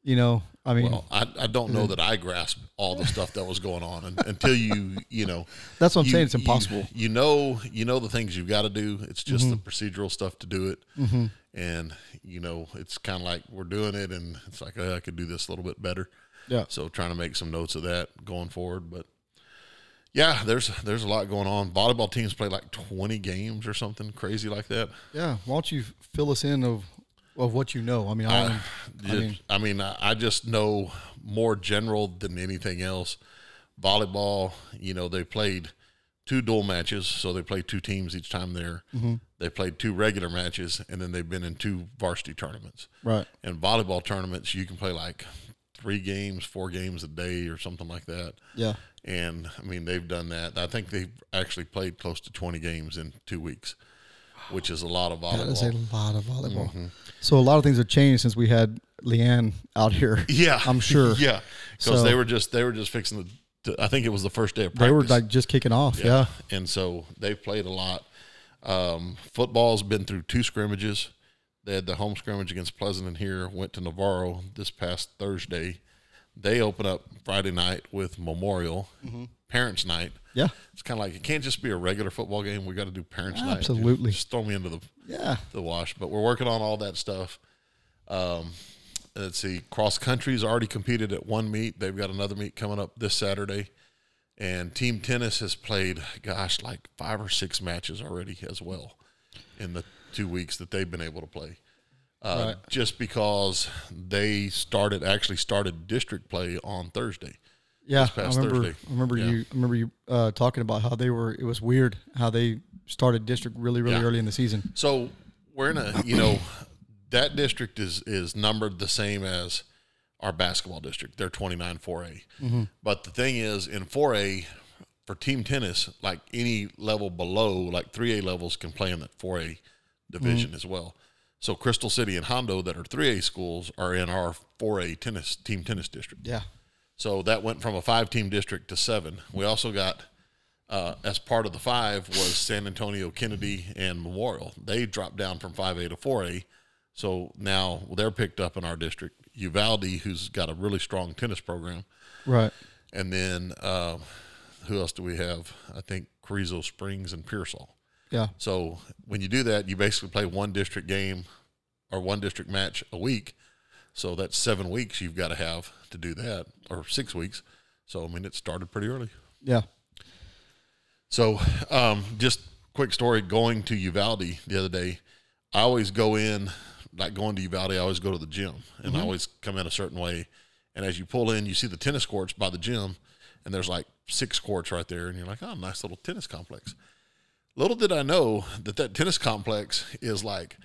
Speaker 1: You know, I mean,
Speaker 3: Well, I, I don't know that I grasp all the stuff that was going on un- until you you know.
Speaker 1: That's what I'm
Speaker 3: you-
Speaker 1: saying, it's
Speaker 3: you-
Speaker 1: impossible. Mm-hmm.
Speaker 3: You, know you know the things you've got to do. It's just the procedural stuff to do it, and you know it's kind of like we're doing it, and it's like uh I could do this a little bit better.
Speaker 1: yeah.
Speaker 3: So trying to make some notes of that going forward, but yeah, there's there's a lot going on. Volleyball teams play like 20 games or something crazy like that.
Speaker 1: Yeah, why don't you fill us in of of what you know? I mean,
Speaker 3: Ah,
Speaker 1: I, don't- I mean,
Speaker 3: I mean, I I just know more general than anything else. Volleyball, you know, they played two dual matches, so they played two teams each time there.
Speaker 1: Mm-hmm.
Speaker 3: They played two regular matches, and then they've been in two varsity tournaments.
Speaker 1: right.
Speaker 3: And volleyball tournaments, you can play like three games, four games a day, or something like that.
Speaker 1: Yeah.
Speaker 3: And I mean, they've done that. I think they've actually played close to 20 games in two weeks, which is a lot of volleyball.
Speaker 1: That is a lot of volleyball.
Speaker 3: Mm-hmm.
Speaker 1: So a lot of things have changed since we had Leanne out here.
Speaker 3: Yeah,
Speaker 1: I'm sure.
Speaker 3: [LAUGHS] Yeah, because
Speaker 1: So-
Speaker 3: they were just they were just fixing the. to- I think it was the first day of practice.
Speaker 1: They were like just kicking off. yeah.
Speaker 3: and so they played a lot. Um, football's been through two scrimmages. They had the home scrimmage against Pleasant and here went to Navarro this past Thursday. They open up Friday night with Memorial Parents Night.
Speaker 1: Yeah.
Speaker 3: It's kind of like it can't just be a regular football game. We got to do Parents Night. Just-
Speaker 1: Absolutely.
Speaker 3: just throw me into the
Speaker 1: Yeah.
Speaker 3: the wash, but we're working on all that stuff. Um, let's see, cross country's already competed at one meet. They've got another meet coming up this Saturday, and team tennis has played, gosh, like five or six matches already as well in the two weeks that they've been able to play. Uh, Just because they started actually started district play on Thursday.
Speaker 1: Yeah,
Speaker 3: past
Speaker 1: I remember.
Speaker 3: Thursday.
Speaker 1: I remember
Speaker 3: Yeah.
Speaker 1: you. I remember you uh, talking about how they were. It was weird how they started district really, really
Speaker 3: Yeah.
Speaker 1: early in the season.
Speaker 3: So we're in a you know that district is is numbered the same as our basketball district. They're 29 4A. But the thing is in 4A for team tennis, like any level below, like 3A levels can play in that 4A division as well. So Crystal City and Hondo that are 3A schools are in our 4A tennis team tennis district.
Speaker 1: Yeah,
Speaker 3: So that went from a five team district to seven. We also got, uh, as part of the five, was San Antonio, Kennedy, and Memorial. They dropped down from 5A to 4A. So now they're picked up in our district. Uvalde, who's got a really strong tennis program.
Speaker 1: right.
Speaker 3: And then uh, who else do we have? I think Carrizo Springs and Pearsall.
Speaker 1: Yeah,
Speaker 3: So when you do that, you basically play one district game or one district match a week. So that's seven weeks you've got to have to do that, or six weeks. So I mean, it started pretty early.
Speaker 1: Yeah.
Speaker 3: So, um, just quick story going to Uvalde the other day. I always go in, like going to Uvalde, I always go to the gym and I always come in a certain way. And as you pull in, you see the tennis courts by the gym, and there's like six courts right there. And you're like, oh, nice little tennis complex. Little did I know that that tennis complex is like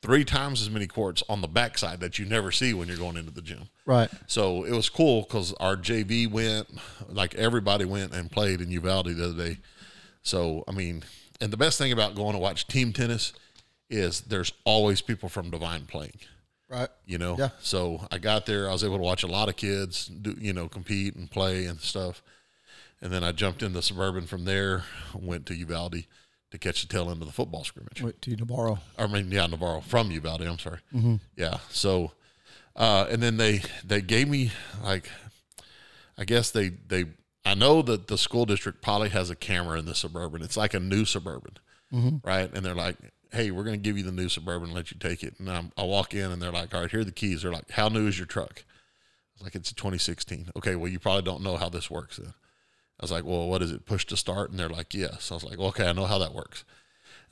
Speaker 3: three times as many courts on the backside that you never see when you're going into the gym.
Speaker 1: Right.
Speaker 3: So it was cool because our JV went, like everybody went and played in Uvalde the other day. So I mean, and the best thing about going to watch team tennis is there's always people from Divine playing.
Speaker 1: Right.
Speaker 3: You know,
Speaker 1: Yeah.
Speaker 3: So I got there, I was able to watch a lot of kids, do, you know, compete and play and stuff. And then I jumped in the suburban from there, went to Uvalde to catch the tail end of the football scrimmage.
Speaker 1: Wait till tomorrow.
Speaker 3: I mean, yeah, Navarro from Uvalde. I'm sorry. Yeah. So, uh, and then they they gave me like, I guess they they I know that the school district probably has a camera in the suburban. It's like a new suburban, right? And they're like, hey, we're going to give you the new suburban, and let you take it. And I'm, I walk in, and they're like, all right, here are the keys. They're like, how new is your truck? I was like, it's a 2016. Okay, well, you probably don't know how this works then. I was like, well, what is it? Push to start? And they're like, yes. I was like, okay, I know how that works.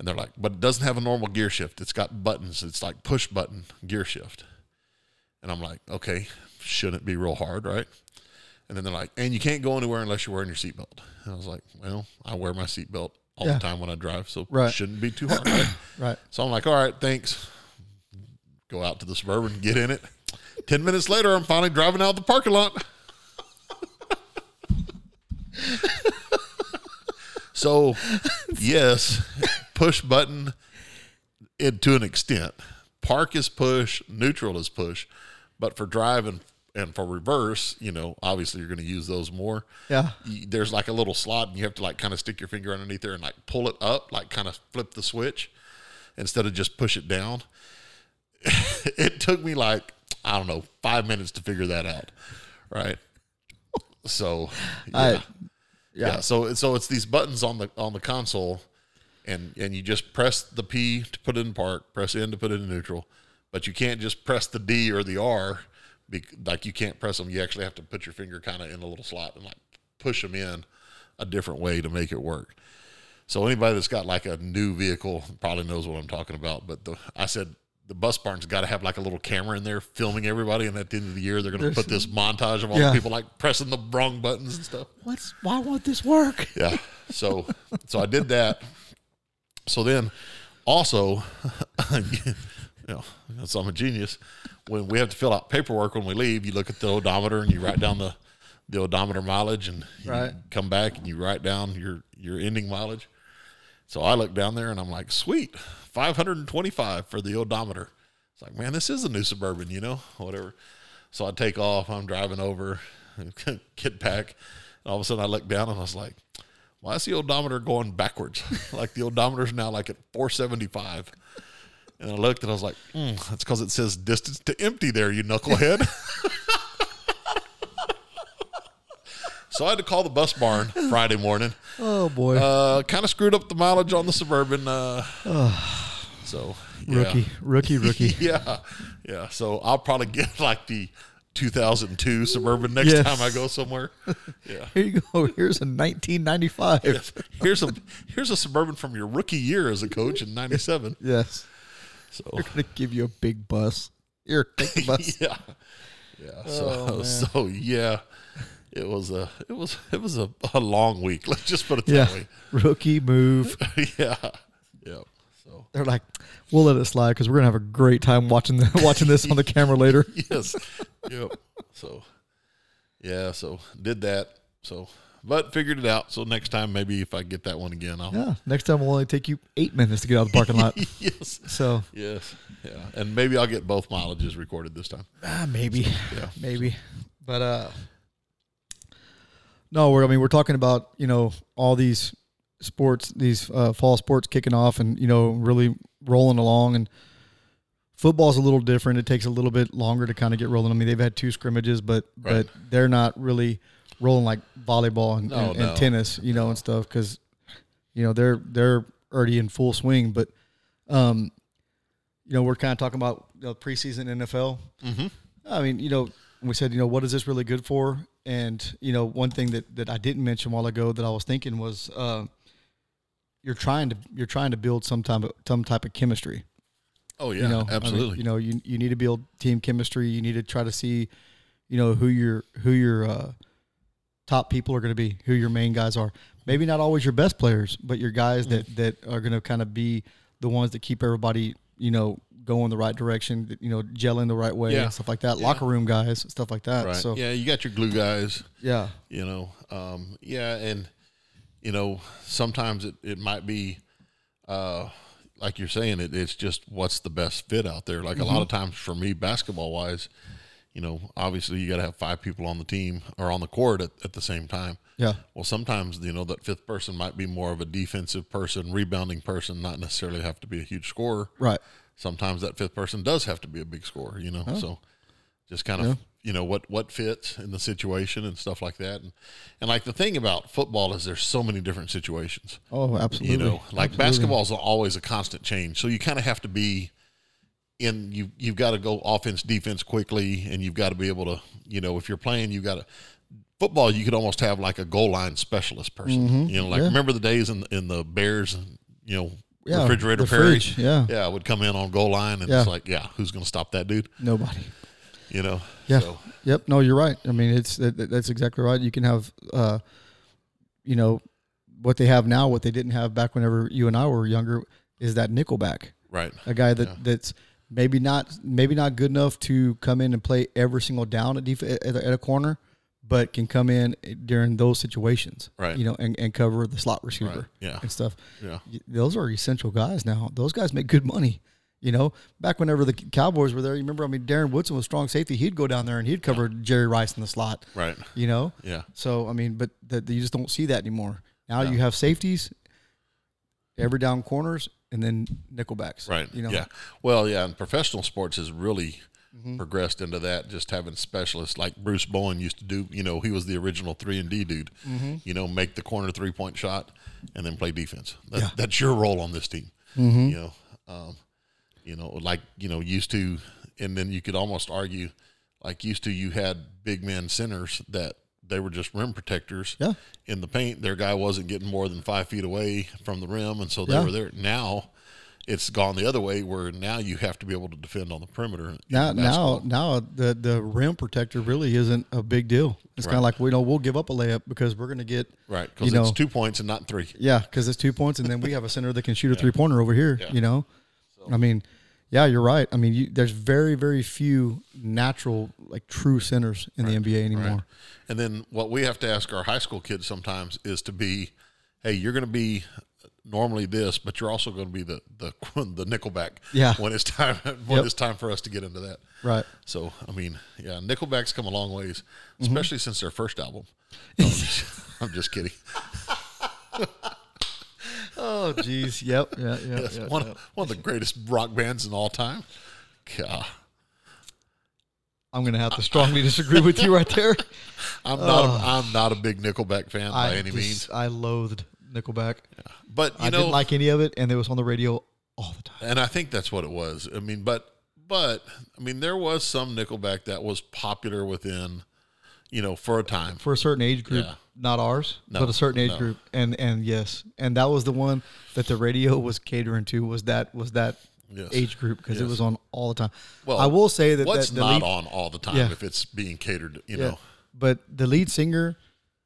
Speaker 3: And they're like, but it doesn't have a normal gear shift. It's got buttons. It's like push button gear shift. And I'm like, okay, shouldn't be real hard, right? And then they're like, and you can't go anywhere unless you're wearing your seatbelt. And I was like, well, I wear my seatbelt all
Speaker 1: Yeah.
Speaker 3: the time when I drive, so
Speaker 1: Right.
Speaker 3: shouldn't be too hard, right?
Speaker 1: Right.
Speaker 3: So I'm like, all right, thanks. Go out to the suburban, get in it. Ten minutes later, I'm finally driving out of the parking lot. so, yes, push button it, to an extent. Park is push, neutral is push, but for drive and, and for reverse, you know, obviously you're going to use those more
Speaker 1: Yeah.
Speaker 3: y- there's like a little slot and you have to like kind of stick your finger underneath there and like pull it up, like kind of flip the switch instead of just push it down. [LAUGHS] it took me like, I don't know, five minutes to figure that out. Right. So yeah.
Speaker 1: I-
Speaker 3: yeah. So so it's these buttons on the on the console and and you just press the P to put it in park, press N to put it in neutral, but you can't just press the D or the R. Be, like you can't press them. You actually have to put your finger kind of in a little slot and like push them in a different way to make it work. So anybody that's got like a new vehicle probably knows what I'm talking about. But the I said the bus barn's got to have like a little camera in there filming everybody, and at the end of the year they're going to
Speaker 1: There's-
Speaker 3: put this montage of all
Speaker 1: Yeah.
Speaker 3: the people like pressing the wrong buttons and stuff.
Speaker 1: What's why won't this work?
Speaker 3: Yeah. So so I did that. So then also [LAUGHS] you know, so I'm a genius. When we have to fill out paperwork when we leave, you look at the odometer and you write down the the odometer mileage and you
Speaker 1: Right.
Speaker 3: come back and you write down your your ending mileage. So I look down there and I'm like, sweet, 525 for the odometer. It's like, man, this is a new suburban, you know, [LAUGHS] whatever. So I take off, I'm driving over, [LAUGHS] get back. And all of a sudden I look down and I was like, why is the odometer going backwards? [LAUGHS] like the odometer's now like at 475. And I looked and I was like, mm, that's because it says distance to empty there, you knucklehead. [LAUGHS] so I had to call the bus barn Friday morning
Speaker 1: Oh boy.
Speaker 3: uh, kind of screwed up the mileage on the suburban. Uh,
Speaker 1: [SIGHS]
Speaker 3: so yeah.
Speaker 1: Rookie. Rookie rookie.
Speaker 3: yeah, [LAUGHS] yeah. So I'll probably get [LAUGHS] like the 2002 suburban next
Speaker 1: Yes.
Speaker 3: time I go somewhere.
Speaker 1: [LAUGHS]
Speaker 3: Yeah.
Speaker 1: Here you go. Here's a nineteen ninety five.
Speaker 3: Here's a here's a suburban from your rookie year as a coach in '97.
Speaker 1: Yes.
Speaker 3: So
Speaker 1: They're gonna give you a big bus. Here, take
Speaker 3: [LAUGHS]
Speaker 1: [LAUGHS] the bus.
Speaker 3: yeah, yeah. So
Speaker 1: Oh,
Speaker 3: so yeah, it was a it was it was a, a long week. [LAUGHS] Let's just put it
Speaker 1: yeah.
Speaker 3: that way.
Speaker 1: [LAUGHS] Rookie move.
Speaker 3: [LAUGHS] yeah, yeah. So
Speaker 1: They're like, we'll let it slide because we're gonna have a great time watching the, [LAUGHS] watching this on the camera [LAUGHS] later.
Speaker 3: [LAUGHS] yes. yep. So, yeah. So did that. So, but figured it out. So next time, maybe if I get that one again, I'll.
Speaker 1: Yeah. Next time will only take you eight minutes to get out of the parking [LAUGHS] lot.
Speaker 3: [LAUGHS] yes.
Speaker 1: So
Speaker 3: Yes. Yeah. And maybe I'll get both mileages recorded this time.
Speaker 1: ah, maybe,
Speaker 3: Yeah.
Speaker 1: [LAUGHS] maybe, but uh, no. We're I mean we're talking about you know all these sports, these uh, fall sports kicking off, and you know really rolling along. And football's a little different. It takes a little bit longer to kind of get rolling. I mean they've had two scrimmages, but
Speaker 3: Right.
Speaker 1: but they're not really rolling like volleyball and,
Speaker 3: No,
Speaker 1: and, and
Speaker 3: no.
Speaker 1: tennis, you know, and stuff because you know they're they're already in full swing, but um, you know, we're kind of talking about you know, preseason NFL. Mm-hmm. I mean, you know, we said, you know, what is this really good for? And you know, one thing that that I didn't mention a while ago that I was thinking was uh, you're trying to you're trying to build some type of some type of chemistry.
Speaker 3: Oh yeah,
Speaker 1: You know, I mean,
Speaker 3: absolutely.
Speaker 1: you know, you you need to build team chemistry. You need to try to see, you know, who your who your uh, top people are going to be, who your main guys are. Maybe not always your best players, but your
Speaker 3: Mm.
Speaker 1: guys that that are going to kind of be the ones that keep everybody, you know, going the right direction, that, you know, gelling the right way
Speaker 3: Yeah.
Speaker 1: and stuff like that. Locker room guys, stuff like that.
Speaker 3: right.
Speaker 1: So yeah,
Speaker 3: yeah, you got your glue guys. you know um yeah and you know sometimes it, it might be uh like you're saying it, it's just what's the best fit out there like a lot of times for me basketball wise you know obviously you got to have five people on the team or on the court at, at the same time
Speaker 1: Yeah.
Speaker 3: well sometimes you know that fifth person might be more of a defensive person rebounding person not necessarily have to be a huge scorer
Speaker 1: right.
Speaker 3: sometimes that fifth person does have to be a big scorer, you
Speaker 1: Oh,
Speaker 3: know. So just kind of you know what what fits in the situation and stuff like that. And and like the thing about football is there's so many different situations.
Speaker 1: Oh, absolutely.
Speaker 3: You know, like basketball's always a constant change. So you kind of have to be in you you've got to go offense defense quickly and you've got to be able to, you know, if you're playing you got to football you could almost have like a goal line specialist person.
Speaker 1: Mm-hmm.
Speaker 3: You know, like remember the days in in the Bears and you know
Speaker 1: Yeah,
Speaker 3: refrigerator
Speaker 1: the
Speaker 3: Perry,
Speaker 1: fridge, yeah.
Speaker 3: yeah, would come in on goal line, and it's
Speaker 1: Yeah.
Speaker 3: like, yeah, who's going to stop that dude?
Speaker 1: Nobody.
Speaker 3: You know,
Speaker 1: Yeah.
Speaker 3: So,
Speaker 1: Yep. No, you're right. I mean, it's that, that- that's exactly right. You can have, uh, you know, what they have now, what they didn't have back whenever you and I were younger, is that nickelback,
Speaker 3: right,
Speaker 1: a guy that that's maybe not maybe not good enough to come in and play every single down at def- at, a- at a corner, but can come in during those situations,
Speaker 3: Right.
Speaker 1: You know, and, and cover the slot receiver,
Speaker 3: Right. Yeah.
Speaker 1: and stuff.
Speaker 3: yeah,
Speaker 1: Y- those are essential guys now. Those guys make good money. You know, back whenever the Cowboys were there, you remember, I mean, Darren Woodson was strong safety. He'd go down there and he'd cover Jerry Rice in the slot.
Speaker 3: right,
Speaker 1: You know?
Speaker 3: yeah,
Speaker 1: So, I mean, but that you just don't see that anymore. Now you have safeties, every down corners, and then nickelbacks.
Speaker 3: right,
Speaker 1: You know?
Speaker 3: yeah. Well, Oh, yeah, and professional sports has really
Speaker 1: Mm-hmm.
Speaker 3: progressed into that. Just having specialists like Bruce Bowen used to do. You know, he was the original three and D dude. You know, make the corner three point shot and then play defense. That, That's your role on this team.
Speaker 1: Mm-hmm.
Speaker 3: You know, um, you know, like you know, used to, and then you could almost argue, like used to, you had big men centers that they were just rim protectors.
Speaker 1: Yeah.
Speaker 3: In the paint, their guy wasn't getting more than five feet away from the rim, and so they
Speaker 1: Yeah.
Speaker 3: were there. Now, it's gone the other way, where now you have to be able to defend on the perimeter. in
Speaker 1: Now,
Speaker 3: basketball.
Speaker 1: now, now the, the rim protector really isn't a big deal. It's kind of like, we know, we'll give up a layup because we're going to get,
Speaker 3: right?
Speaker 1: you
Speaker 3: Because it's
Speaker 1: know,
Speaker 3: two points and not three.
Speaker 1: Yeah, because it's two points, and then we have a center that can
Speaker 3: [LAUGHS]
Speaker 1: shoot a three pointer over here. You know, I mean, yeah, you're right. I mean, you, there's very, very few natural, like true centers in the NBA anymore.
Speaker 3: Right. And then what we have to ask our high school kids sometimes is to be, hey, you're going to be normally this, but you're also going to be the the [LAUGHS] the nickelback.
Speaker 1: Yeah.
Speaker 3: When it's time [LAUGHS] when
Speaker 1: Yep.
Speaker 3: it's time for us to get into that.
Speaker 1: Right. Mm-hmm.
Speaker 3: So I mean, yeah, Nickelback's come a long ways, especially since their first album. No,
Speaker 1: [LAUGHS]
Speaker 3: I'm, just, [LAUGHS] I'm just kidding.
Speaker 1: Oh, jeez. [LAUGHS] yep.
Speaker 3: [LAUGHS]
Speaker 1: Yeah. Yeah.
Speaker 3: That's one of, one of the greatest rock bands in all time. God,
Speaker 1: I'm gonna have to strongly disagree with you right there.
Speaker 3: I'm not a, I'm not a big Nickelback fan [LAUGHS] by
Speaker 1: I
Speaker 3: any
Speaker 1: just-
Speaker 3: means,
Speaker 1: I loathed Nickelback.
Speaker 3: but you
Speaker 1: I
Speaker 3: know,
Speaker 1: didn't like any of it, and it was on the radio all the time.
Speaker 3: and I think that's what it was. I mean, but but I mean, there was some Nickelback that was popular within, you know, for a time.
Speaker 1: for a certain age group,
Speaker 3: Yeah.
Speaker 1: not ours, but a certain age
Speaker 3: no.
Speaker 1: group, and and yes, and that was the one that the radio was catering to was that was that
Speaker 3: Yes.
Speaker 1: age group because it
Speaker 3: Yes.
Speaker 1: was on all the time.
Speaker 3: Well,
Speaker 1: I will say that
Speaker 3: What's
Speaker 1: that the
Speaker 3: not
Speaker 1: lead,
Speaker 3: on all the time
Speaker 1: Yeah.
Speaker 3: if it's being catered, you
Speaker 1: yeah,
Speaker 3: know?
Speaker 1: but the lead singer,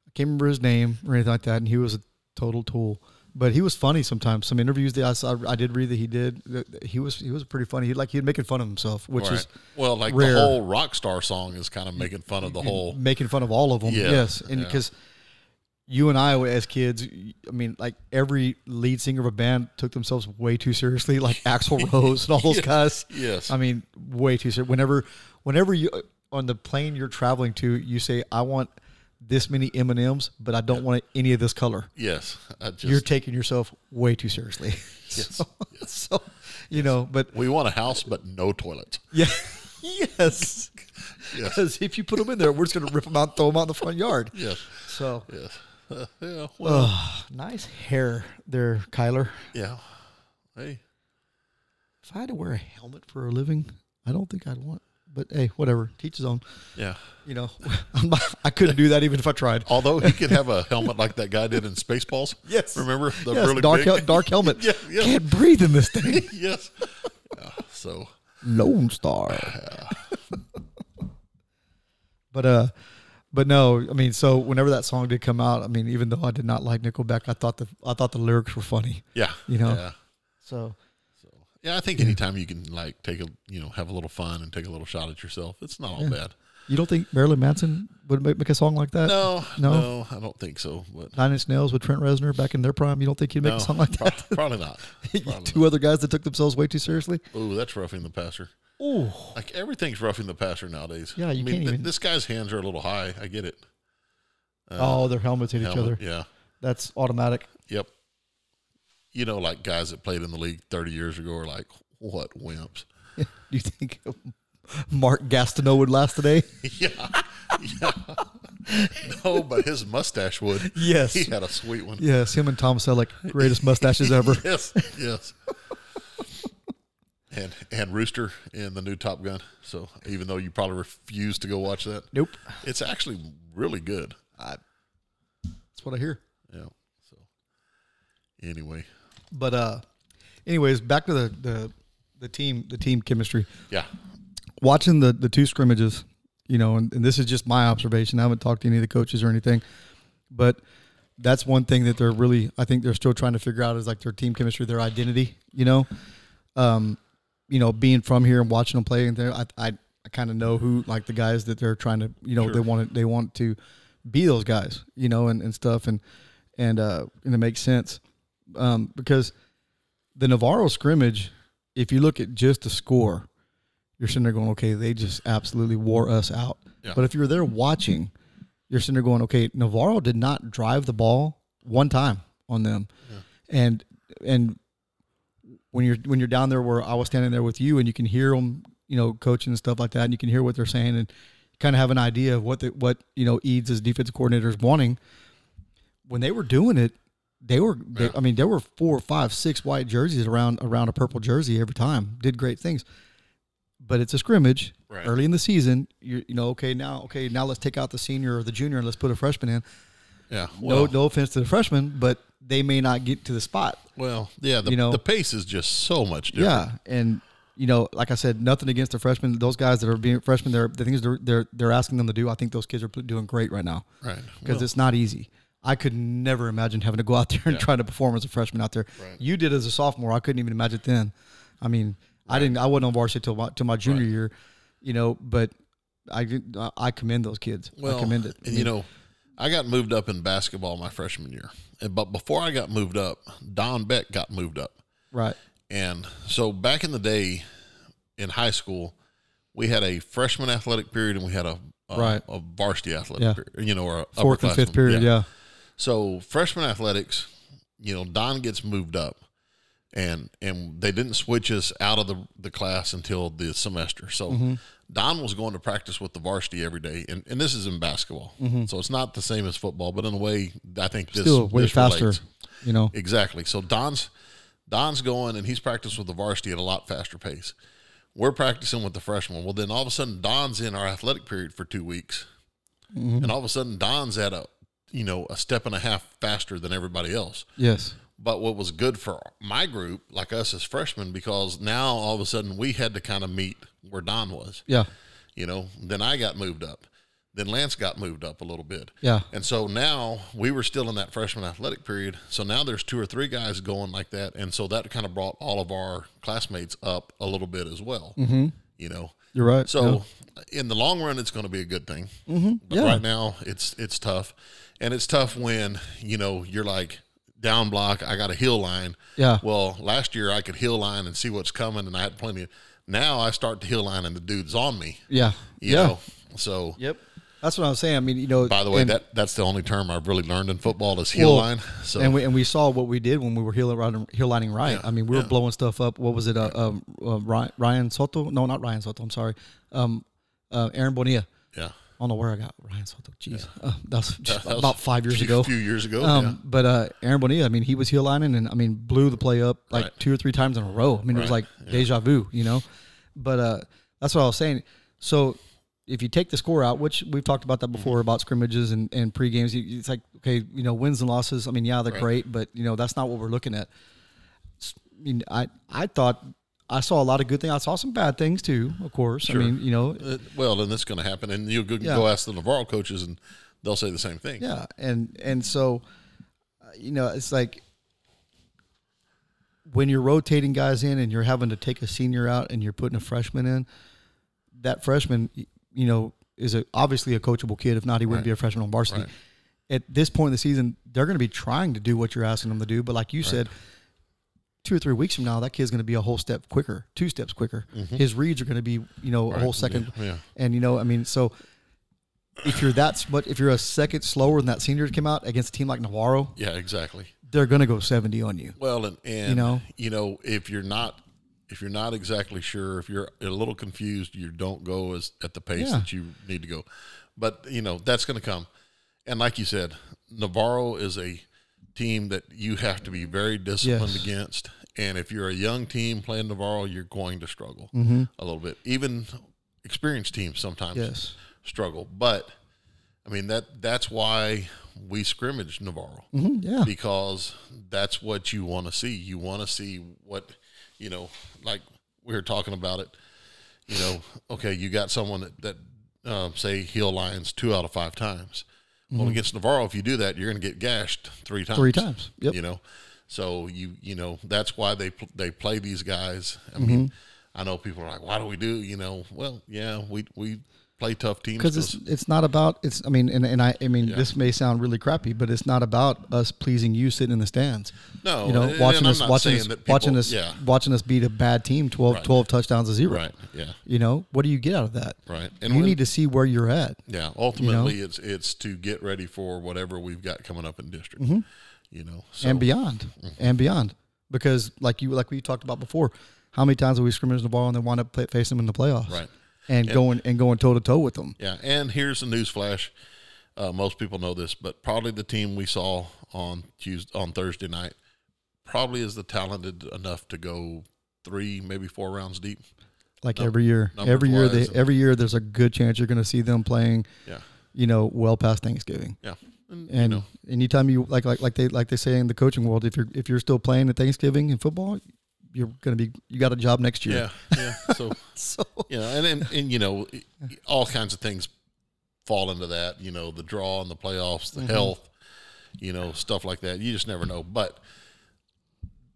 Speaker 1: I can't remember his name or anything like that, and he was a total tool. But he was funny sometimes. Some interviews that I saw, I did read that he did. that- that He was he was pretty funny. He like he'd making fun of himself, which
Speaker 3: Right.
Speaker 1: is
Speaker 3: Well, like
Speaker 1: rare.
Speaker 3: the whole rock star song is kind of making fun of the whole.
Speaker 1: making fun of all of them.
Speaker 3: Yeah,
Speaker 1: Yes, and
Speaker 3: yeah.
Speaker 1: because you and I, as kids, I mean, like every lead singer of a band took themselves way too seriously,
Speaker 3: [LAUGHS]
Speaker 1: like Axl Rose and all those guys.
Speaker 3: Yes.
Speaker 1: I mean, way too serious. Whenever, whenever you on the plane you're traveling to, you say, "I want this many M and M's, but I don't want any of this color."
Speaker 3: Yes, I just
Speaker 1: You're taking yourself way too seriously. [LAUGHS] so, so, you know, but
Speaker 3: we want a house but no toilets.
Speaker 1: yeah. [LAUGHS] Yes. Because if you put them in there, we're just going to rip them out and throw them out in the front yard.
Speaker 3: Yes,
Speaker 1: So
Speaker 3: yes. [LAUGHS] yeah, well,
Speaker 1: nice hair there, Kyler.
Speaker 3: yeah. Hey,
Speaker 1: If I had to wear a helmet for a living, I don't think I'd want But hey, whatever. Teach his own.
Speaker 3: Yeah.
Speaker 1: [LAUGHS] You know, I'm not- I couldn't do that even if I tried.
Speaker 3: Although he could have a helmet like that guy did in Spaceballs.
Speaker 1: Yes.
Speaker 3: Remember the
Speaker 1: Yes,
Speaker 3: really
Speaker 1: dark,
Speaker 3: big?
Speaker 1: hel- dark helmet.
Speaker 3: Yeah, yeah.
Speaker 1: Can't breathe in this thing.
Speaker 3: [LAUGHS] yes. Yeah, so
Speaker 1: Lone Star. [LAUGHS] but uh, but no, I mean, so whenever that song did come out, I mean, even though I did not like Nickelback, I thought the I thought the lyrics were funny.
Speaker 3: yeah.
Speaker 1: You know.
Speaker 3: Yeah.
Speaker 1: So
Speaker 3: Yeah, I think anytime you can like take a you know have a little fun and take a little shot at yourself, it's not all bad.
Speaker 1: you don't think Marilyn Manson would make, make a song like that?
Speaker 3: No,
Speaker 1: No?
Speaker 3: no, I don't think so. But
Speaker 1: Nine Inch Nails with Trent Reznor back in their prime. You don't think he'd make
Speaker 3: no,
Speaker 1: a song like
Speaker 3: pro-
Speaker 1: that? [LAUGHS]
Speaker 3: probably not.
Speaker 1: Two other guys that took themselves way too seriously.
Speaker 3: Oh, that's roughing the passer.
Speaker 1: Ooh,
Speaker 3: Like everything's roughing the passer nowadays.
Speaker 1: Yeah, you
Speaker 3: I mean,
Speaker 1: can't
Speaker 3: th-
Speaker 1: even-
Speaker 3: This guy's hands are a little high. I get it.
Speaker 1: oh, their helmets hit each
Speaker 3: Uh, Helmet,
Speaker 1: other.
Speaker 3: Yeah.
Speaker 1: That's automatic. [LAUGHS]
Speaker 3: Yep. You know, like guys that played in the league 30 years ago are like, what wimps? [LAUGHS]
Speaker 1: Do you think [LAUGHS] Mark Gastineau would last
Speaker 3: [LAUGHS]
Speaker 1: today?
Speaker 3: yeah. Yeah. no, Oh, but his mustache would.
Speaker 1: [LAUGHS] Yes.
Speaker 3: He had a sweet one.
Speaker 1: Yes, him and Tom Selleck, greatest mustaches
Speaker 3: [LAUGHS]
Speaker 1: ever.
Speaker 3: Yes. Yes. and and Rooster in the new Top Gun. So even though you probably refuse to go watch that,
Speaker 1: Nope,
Speaker 3: it's actually really good.
Speaker 1: that's what I hear.
Speaker 3: Yeah. So anyway,
Speaker 1: But uh, anyways, back to the the, the team the team chemistry.
Speaker 3: yeah.
Speaker 1: Watching the the two scrimmages, you know, and, and this is just my observation. I haven't talked to any of the coaches or anything, but that's one thing that they're really I think they're still trying to figure out is like their team chemistry, their identity. You know, um, you know, being from here and watching them play, and there, I I, I kind of know who like the guys that they're trying to you know they want to they want to be those guys, you know, and, and stuff, and and uh, and it makes sense um, because the Navarro scrimmage, if you look at just the score, you're sitting there going, okay, they just absolutely wore us out.
Speaker 3: Yeah.
Speaker 1: But if you're there watching, you're sitting there going, okay, Navarro did not drive the ball one time on them, and and when you're when you're down there where I was standing there with you, and you can hear them, you know, coaching and stuff like that, and you can hear what they're saying, and kind of have an idea of what the, what you know Eads as defensive coordinator is wanting. When they were doing it, they were they,
Speaker 3: Yeah.
Speaker 1: I mean there were four, five, six white jerseys around around a purple jersey every time. Did great things, but it's a scrimmage
Speaker 3: Right.
Speaker 1: early in the season. You you know okay now okay now let's take out the senior or the junior and let's put a freshman in.
Speaker 3: Yeah.
Speaker 1: No
Speaker 3: Well,
Speaker 1: no offense to the freshman, but they may not get to the spot.
Speaker 3: well yeah. The,
Speaker 1: you know-
Speaker 3: the pace is just so much different.
Speaker 1: Yeah, and you know, like I said, nothing against the freshmen. Those guys that are being freshmen, they're the things they're they're, they're asking them to do. I think those kids are doing great right now
Speaker 3: Right.
Speaker 1: because it's not easy. I could never imagine having to go out [LAUGHS] there and try to perform as a freshman out there. You did as a sophomore. I couldn't even imagine it then. I mean, I didn't. I wasn't on varsity till my till my junior year, you know. But I did- I- I commend those kids. I commend it.
Speaker 3: And you know, I got moved up in basketball my freshman year. And but before I got moved up, Don Beck got moved up.
Speaker 1: right?
Speaker 3: And so back in the day in high school, we had a freshman athletic period and we had a a,
Speaker 1: Right.
Speaker 3: a varsity athletic
Speaker 1: Yeah.
Speaker 3: period, you know, or a
Speaker 1: Fourth and fifth
Speaker 3: upperclassman.
Speaker 1: period. Yeah.
Speaker 3: So freshman athletics, you know, Don gets moved up, and and they didn't switch us out of the the class until the semester. So
Speaker 1: Mm-hmm.
Speaker 3: Don was going to practice with the varsity every day, and, and this is in basketball, so it's not the same as football, but in a way, I think this
Speaker 1: Mm-hmm. still way
Speaker 3: this
Speaker 1: faster.
Speaker 3: relates.
Speaker 1: You know.
Speaker 3: Exactly. So Don's Don's going and he's practiced with the varsity at a lot faster pace. We're practicing with the freshmen. Well, then all of a sudden Don's in our athletic period for two weeks, and all of a sudden Don's at a you know a step and a half faster than everybody else.
Speaker 1: yes.
Speaker 3: But what was good for my group, like us as freshmen, because now all of a sudden we had to kind of meet where Don was
Speaker 1: Yeah.
Speaker 3: you know then i got moved up then lance got moved up a little bit
Speaker 1: Yeah.
Speaker 3: and so now we were still in that freshman athletic period so now there's two or three guys going like that and so that kind of brought all of our classmates up a little bit as well mm-hmm. you know
Speaker 1: You're right.
Speaker 3: so in the long run it's going to be a good thing mm-hmm. but
Speaker 1: Yeah.
Speaker 3: right now it's it's tough and it's tough when you know you're like down block i got a heel line
Speaker 1: Yeah.
Speaker 3: well last year i could heel line and see what's coming and i had plenty of now i start to heel line and the dude's on me
Speaker 1: Yeah.
Speaker 3: you
Speaker 1: yeah.
Speaker 3: know. So
Speaker 1: Yep. That's what I'm saying. I mean, you know.
Speaker 3: by the way,
Speaker 1: and-
Speaker 3: that that's the only term I've really learned in football is heel
Speaker 1: Well,
Speaker 3: line. So
Speaker 1: and we and we saw what we did when we were heel lining, heel lining right. I mean, we were blowing stuff up. What was it? Uh, um, uh, Ryan, Ryan Soto? No, not Ryan Soto. I'm sorry. Um, uh, Aaron Bonilla.
Speaker 3: yeah,
Speaker 1: I don't know where I got Ryan Soto. Jeez, uh, that's
Speaker 3: [LAUGHS] that was
Speaker 1: about five years
Speaker 3: [LAUGHS] a
Speaker 1: ago.
Speaker 3: few years ago.
Speaker 1: Um, but uh, Aaron Bonilla, I mean, he was heel lining, and I mean, blew the play up like
Speaker 3: Right.
Speaker 1: two or three times in a row. I mean, it was like deja vu, you know. But uh, that's what I was saying. So if you take the score out, which we've talked about that
Speaker 3: Mm-hmm.
Speaker 1: before about scrimmages and, and pre games, it's like, okay, you know, wins and losses. I mean, yeah, they're great, but, you know, that's not what we're looking at. S- I mean, I, I thought I saw a lot of good things. I saw some bad things too, of course. I mean, you know,
Speaker 3: Uh, well, then that's going to happen, and you go,
Speaker 1: Yeah.
Speaker 3: go ask the Navarro coaches, and they'll say the same thing.
Speaker 1: Yeah, and and so, uh, you know, it's like when you're rotating guys in and you're having to take a senior out and you're putting a freshman in, that freshman, y- you know, is a, obviously a coachable kid. If not, he wouldn't be a freshman on varsity. At this point in the season, they're going to be trying to do what you're asking them to do. But like you said, two or three weeks from now, that kid's going to be a whole step quicker, two steps quicker. His reads are going to be, you know, a whole second.
Speaker 3: Mm-hmm. Yeah. Yeah.
Speaker 1: And you know, I mean, so if you're that much, if you're a second slower than that senior that came out against a team like Navarro,
Speaker 3: Yeah, exactly.
Speaker 1: they're going to go 70 on you.
Speaker 3: Well, and, and
Speaker 1: You know?
Speaker 3: you know, if you're not if you're not exactly sure, if you're a little confused, you don't go as at the pace
Speaker 1: Yeah.
Speaker 3: that you need to go. But you know that's going to come, and like you said, Navarro is a team that you have to be very disciplined
Speaker 1: Yes.
Speaker 3: against. And if you're a young team playing Navarro, you're going to struggle a little bit. Even experienced teams sometimes
Speaker 1: Yes.
Speaker 3: struggle. But I mean that that's why we scrimmage Navarro
Speaker 1: Yeah.
Speaker 3: because that's what you want to see. You want to see what, you know, like we were talking about it. You know, okay, you got someone that, that um, say Hill Lions two out of five times. Well, against Navarro, if you do that, you're going to get gashed three times.
Speaker 1: Three times. Yep.
Speaker 3: You know, so you you know that's why they pl- they play these guys.
Speaker 1: Mm-hmm.
Speaker 3: I mean, I know people are like, why do we do? You know, well, yeah, we we play tough teams
Speaker 1: Because it's it's not about it's. I mean, and, and I I mean, this may sound really crappy, but it's not about us pleasing you sitting in the stands.
Speaker 3: No,
Speaker 1: you know,
Speaker 3: and- and
Speaker 1: watching
Speaker 3: I'm
Speaker 1: us
Speaker 3: not
Speaker 1: watching
Speaker 3: saying
Speaker 1: us
Speaker 3: that people-
Speaker 1: watching us
Speaker 3: yeah.
Speaker 1: watching us beat a bad team 12, 12 touchdowns to zero.
Speaker 3: right, yeah.
Speaker 1: You know, what do you get out of that?
Speaker 3: Right.
Speaker 1: And
Speaker 3: And
Speaker 1: you
Speaker 3: when-
Speaker 1: need to see where you're at.
Speaker 3: Yeah, ultimately, it's it's to get ready for whatever we've got coming up in district.
Speaker 1: Mm-hmm.
Speaker 3: You know, so mm-hmm.
Speaker 1: and beyond and beyond because like you like we talked about before how many times have we scrimmaged the ball and then wind up play, facing them in the playoffs
Speaker 3: Right.
Speaker 1: and going and going toe to toe with them
Speaker 3: yeah. And here's the news flash. Uh, most people know this, but probably the team we saw on Tuesday on Thursday night probably is the talented enough to go three, maybe four rounds deep.
Speaker 1: like every year
Speaker 3: numbers
Speaker 1: every year they,
Speaker 3: wise and-
Speaker 1: every year there's a good chance you're going to see them playing
Speaker 3: Yeah,
Speaker 1: you know well past thanksgiving
Speaker 3: yeah. And,
Speaker 1: and
Speaker 3: you know,
Speaker 1: anytime you like like like they like they say in the coaching world if you're if you're still playing at thanksgiving in football you're going to be you got a job next year
Speaker 3: yeah, yeah. So
Speaker 1: [LAUGHS] so
Speaker 3: you know, and, and and you know, i- i- all kinds of things fall into that. You know, the draw and the playoffs,
Speaker 1: Mm-hmm.
Speaker 3: the health, you know, stuff like that. You just never know. But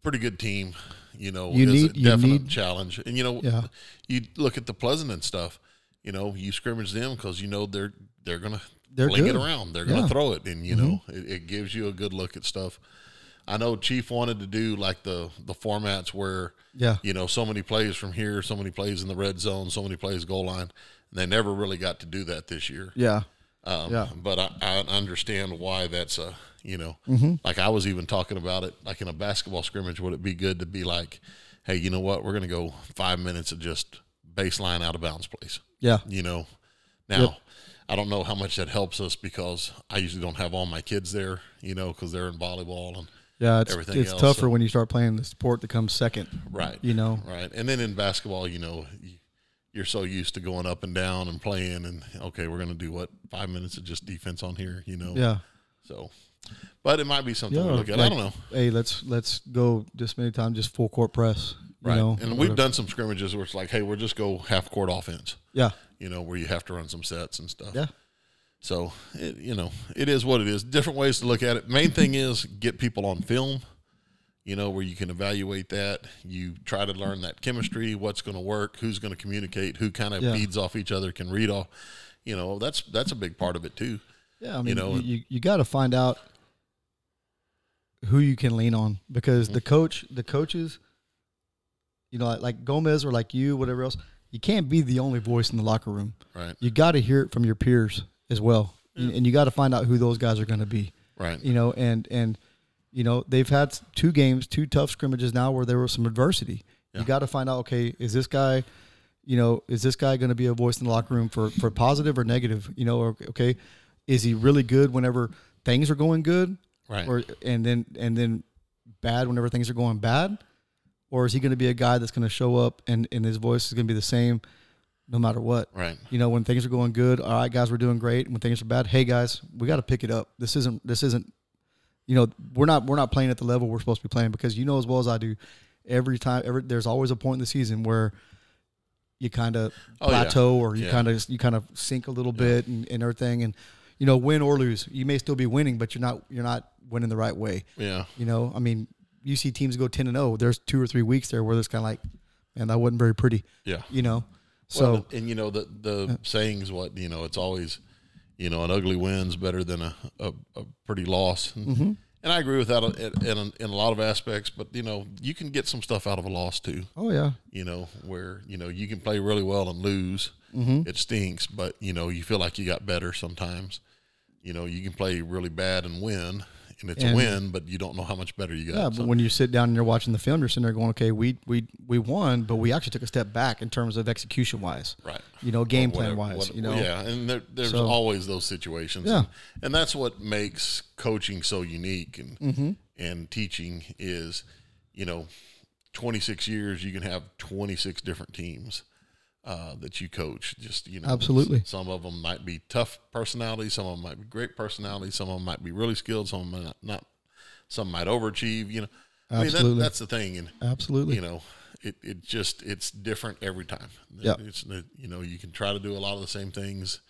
Speaker 3: pretty good team. You know,
Speaker 1: You
Speaker 3: is
Speaker 1: need-
Speaker 3: a
Speaker 1: you
Speaker 3: definite
Speaker 1: need-
Speaker 3: challenge. And you know,
Speaker 1: Yeah.
Speaker 3: you look at the Pleasant and stuff. You know, you scrimmage them because you know they're they're gonna
Speaker 1: They're
Speaker 3: fling
Speaker 1: good.
Speaker 3: it around. They're gonna
Speaker 1: Yeah.
Speaker 3: throw it, and you know, it, it gives you a good look at stuff. I know Chief wanted to do like the the formats where
Speaker 1: Yeah.
Speaker 3: you know, so many plays from here, so many plays in the red zone, so many plays goal line. And they never really got to do that this year.
Speaker 1: yeah
Speaker 3: Um,
Speaker 1: yeah.
Speaker 3: But I, I understand why that's a, you know, like I was even talking about it, like in a basketball scrimmage, would it be good to be like, hey, you know what? We're going to go five minutes of just baseline out of bounds plays,
Speaker 1: yeah
Speaker 3: you know? Now, I don't know how much that helps us because I usually don't have all my kids there, you know, because they're in volleyball and
Speaker 1: yeah it's,
Speaker 3: everything
Speaker 1: it's
Speaker 3: else,
Speaker 1: tougher
Speaker 3: so-
Speaker 1: when you start playing the sport that comes second
Speaker 3: Right.
Speaker 1: you know
Speaker 3: Right. And then in basketball, you know, y- you're so used to going up and down and playing and okay, we're going to do what? 5 minutes of just defense on here, you know.
Speaker 1: yeah
Speaker 3: So but it might be something we look at. I
Speaker 1: like,
Speaker 3: don't know.
Speaker 1: Hey, let's let's go this many times, just full court press. You
Speaker 3: Right.
Speaker 1: know,
Speaker 3: and
Speaker 1: or
Speaker 3: we've
Speaker 1: whatever.
Speaker 3: done some scrimmages where it's like, hey, we'll just go half court offense,
Speaker 1: yeah,
Speaker 3: you know, where you have to run some sets and stuff.
Speaker 1: yeah,
Speaker 3: So, it, you know, it is what it is. Different ways to look at it. Main thing is get people on film, you know, where you can evaluate that. You try to learn that chemistry, what's going to work, who's going to communicate, who kind of
Speaker 1: Yeah.
Speaker 3: feeds off each other, can read off. You know, that's that's a big part of it too.
Speaker 1: yeah. I mean, you
Speaker 3: know, and-
Speaker 1: you, you, got to find out who you can lean on because
Speaker 3: Mm-hmm.
Speaker 1: the coach, the coaches, you know, like, like Gomez or like you, whatever else, you can't be the only voice in the locker room.
Speaker 3: Right.
Speaker 1: You got to hear it from your peers as well, and, and you got to find out who those guys are going to be.
Speaker 3: Right.
Speaker 1: you know, and and you know they've had s- two games, two tough scrimmages now where there was some adversity. You got to find out, okay, is this guy, you know, is this guy going to be a voice in the locker room for for positive or negative? You know, or, okay, is he really good whenever things are going good,
Speaker 3: Right.
Speaker 1: Or and then and then bad whenever things are going bad, or is he going to be a guy that's going to show up and and his voice is going to be the same? no matter what.
Speaker 3: Right.
Speaker 1: You know, when things are going good, all right, guys, we're doing great. When things are bad, hey guys, we got to pick it up. This isn't. This isn't. You know, we're not we're not playing at the level we're supposed to be playing because you know as well as I do. Every time, every there's always a point in the season where you kind of
Speaker 3: Oh, yeah.
Speaker 1: plateau or you
Speaker 3: Yeah.
Speaker 1: kind of you kind of sink a little bit and, and everything and you know win or lose you may still be winning but you're not you're not winning the right way
Speaker 3: Yeah.
Speaker 1: you know, I mean, you see teams go ten and zero. There's two or three weeks there where it's kind of like, man, that wasn't very pretty.
Speaker 3: Yeah.
Speaker 1: You know, so
Speaker 3: Well, and you know the the saying's what you know. It's always, you know, an ugly win's better than a a, a pretty loss. And,
Speaker 1: Mm-hmm.
Speaker 3: and I agree with that in, in in a lot of aspects. But you know, you can get some stuff out of a loss too.
Speaker 1: oh yeah,
Speaker 3: You know, where you know you can play really well and lose.
Speaker 1: Mm-hmm.
Speaker 3: It stinks, but you know you feel like you got better sometimes. You know, you can play really bad and win, and it's
Speaker 1: And-
Speaker 3: a win, but you don't know how much better you got.
Speaker 1: yeah.
Speaker 3: So-
Speaker 1: But when you sit down and you're watching the film, you're sitting there going, okay, we we we won, but we actually took a step back in terms of execution wise,
Speaker 3: right
Speaker 1: You know, game
Speaker 3: Or whatever-
Speaker 1: plan wise,
Speaker 3: what-
Speaker 1: you know,
Speaker 3: yeah and there, there's
Speaker 1: So-
Speaker 3: always those situations
Speaker 1: Yeah.
Speaker 3: and, and that's what makes coaching so unique and
Speaker 1: Mm-hmm.
Speaker 3: and teaching is you know 26 years you can have 26 different teams uh, that you coach just you know
Speaker 1: Absolutely.
Speaker 3: s- some of them might be tough personalities some of them might be great personalities some of them might be really skilled some of them might not some might overachieve you know I mean
Speaker 1: Absolutely.
Speaker 3: that, that's the thing and
Speaker 1: absolutely.
Speaker 3: you know it, it just it's different every time
Speaker 1: Yeah.
Speaker 3: it's you know you can try to do a lot of the same things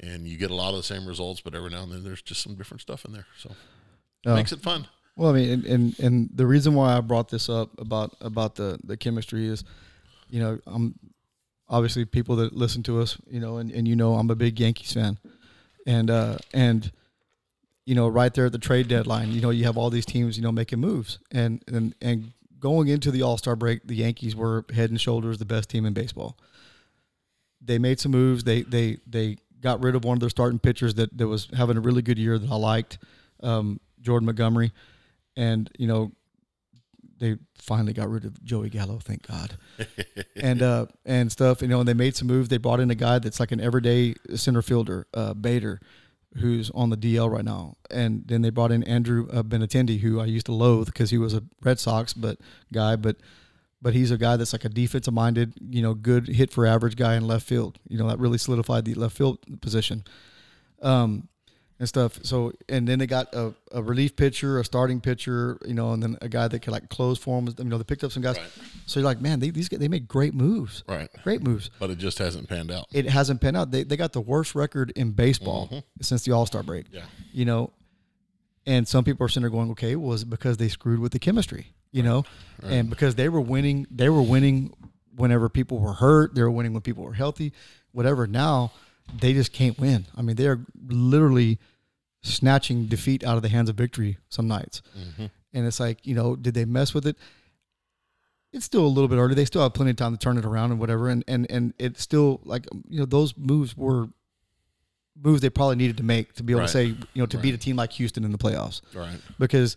Speaker 3: and you get a lot of the same results but every now and then there's just some different stuff in there so it
Speaker 1: Oh.
Speaker 3: makes it fun
Speaker 1: Well, I mean, and, and and the reason why I brought this up about about the the chemistry is, you know, I'm obviously people that listen to us, you know, and, and you know, I'm a big Yankees fan, and uh and you know, right there at the trade deadline, you know, you have all these teams, you know, making moves, and and and going into the All Star break, the Yankees were head and shoulders the best team in baseball they made some moves. They they they got rid of one of their starting pitchers that, that was having a really good year that I liked, um, Jordan Montgomery, and you know they finally got rid of Joey Gallo. Thank God, and uh and stuff. You know, and they made some moves. They brought in a guy that's like an everyday center fielder, uh, Bader, who's on the DL right now, and then they brought in Andrew uh, Benatendi, who I used to loathe because he was a Red Sox but guy, but but he's a guy that's like a defensive minded, you know, good hit for average guy in left field. You know, that really solidified the left field position. Um and stuff. So and then they got a, a relief pitcher, a starting pitcher, you know, and then a guy that could like close for them. You know, they picked up some guys.
Speaker 3: Right.
Speaker 1: So you're like, man, they, these guys, they make great moves,
Speaker 3: right
Speaker 1: great moves.
Speaker 3: but it just hasn't panned out
Speaker 1: It hasn't panned out. They, they got the worst record in baseball since the All Star break.
Speaker 3: Mm-hmm. Yeah.
Speaker 1: you know, and some people are sitting there going, okay, was it because they screwed with the chemistry, you know, and because they were winning, they were winning whenever people were hurt, they were winning when people were healthy, whatever. Now they just can't win. I mean, they are literally snatching defeat out of the hands of victory some nights.
Speaker 3: Mm-hmm.
Speaker 1: And it's like, you know, did they mess with it? It's still a little bit early. They still have plenty of time to turn it around and whatever. And and and it's still like um, you know those moves were moves they probably needed to make to be able
Speaker 3: Right.
Speaker 1: to say you know to beat a team like Houston in the playoffs.
Speaker 3: right
Speaker 1: Because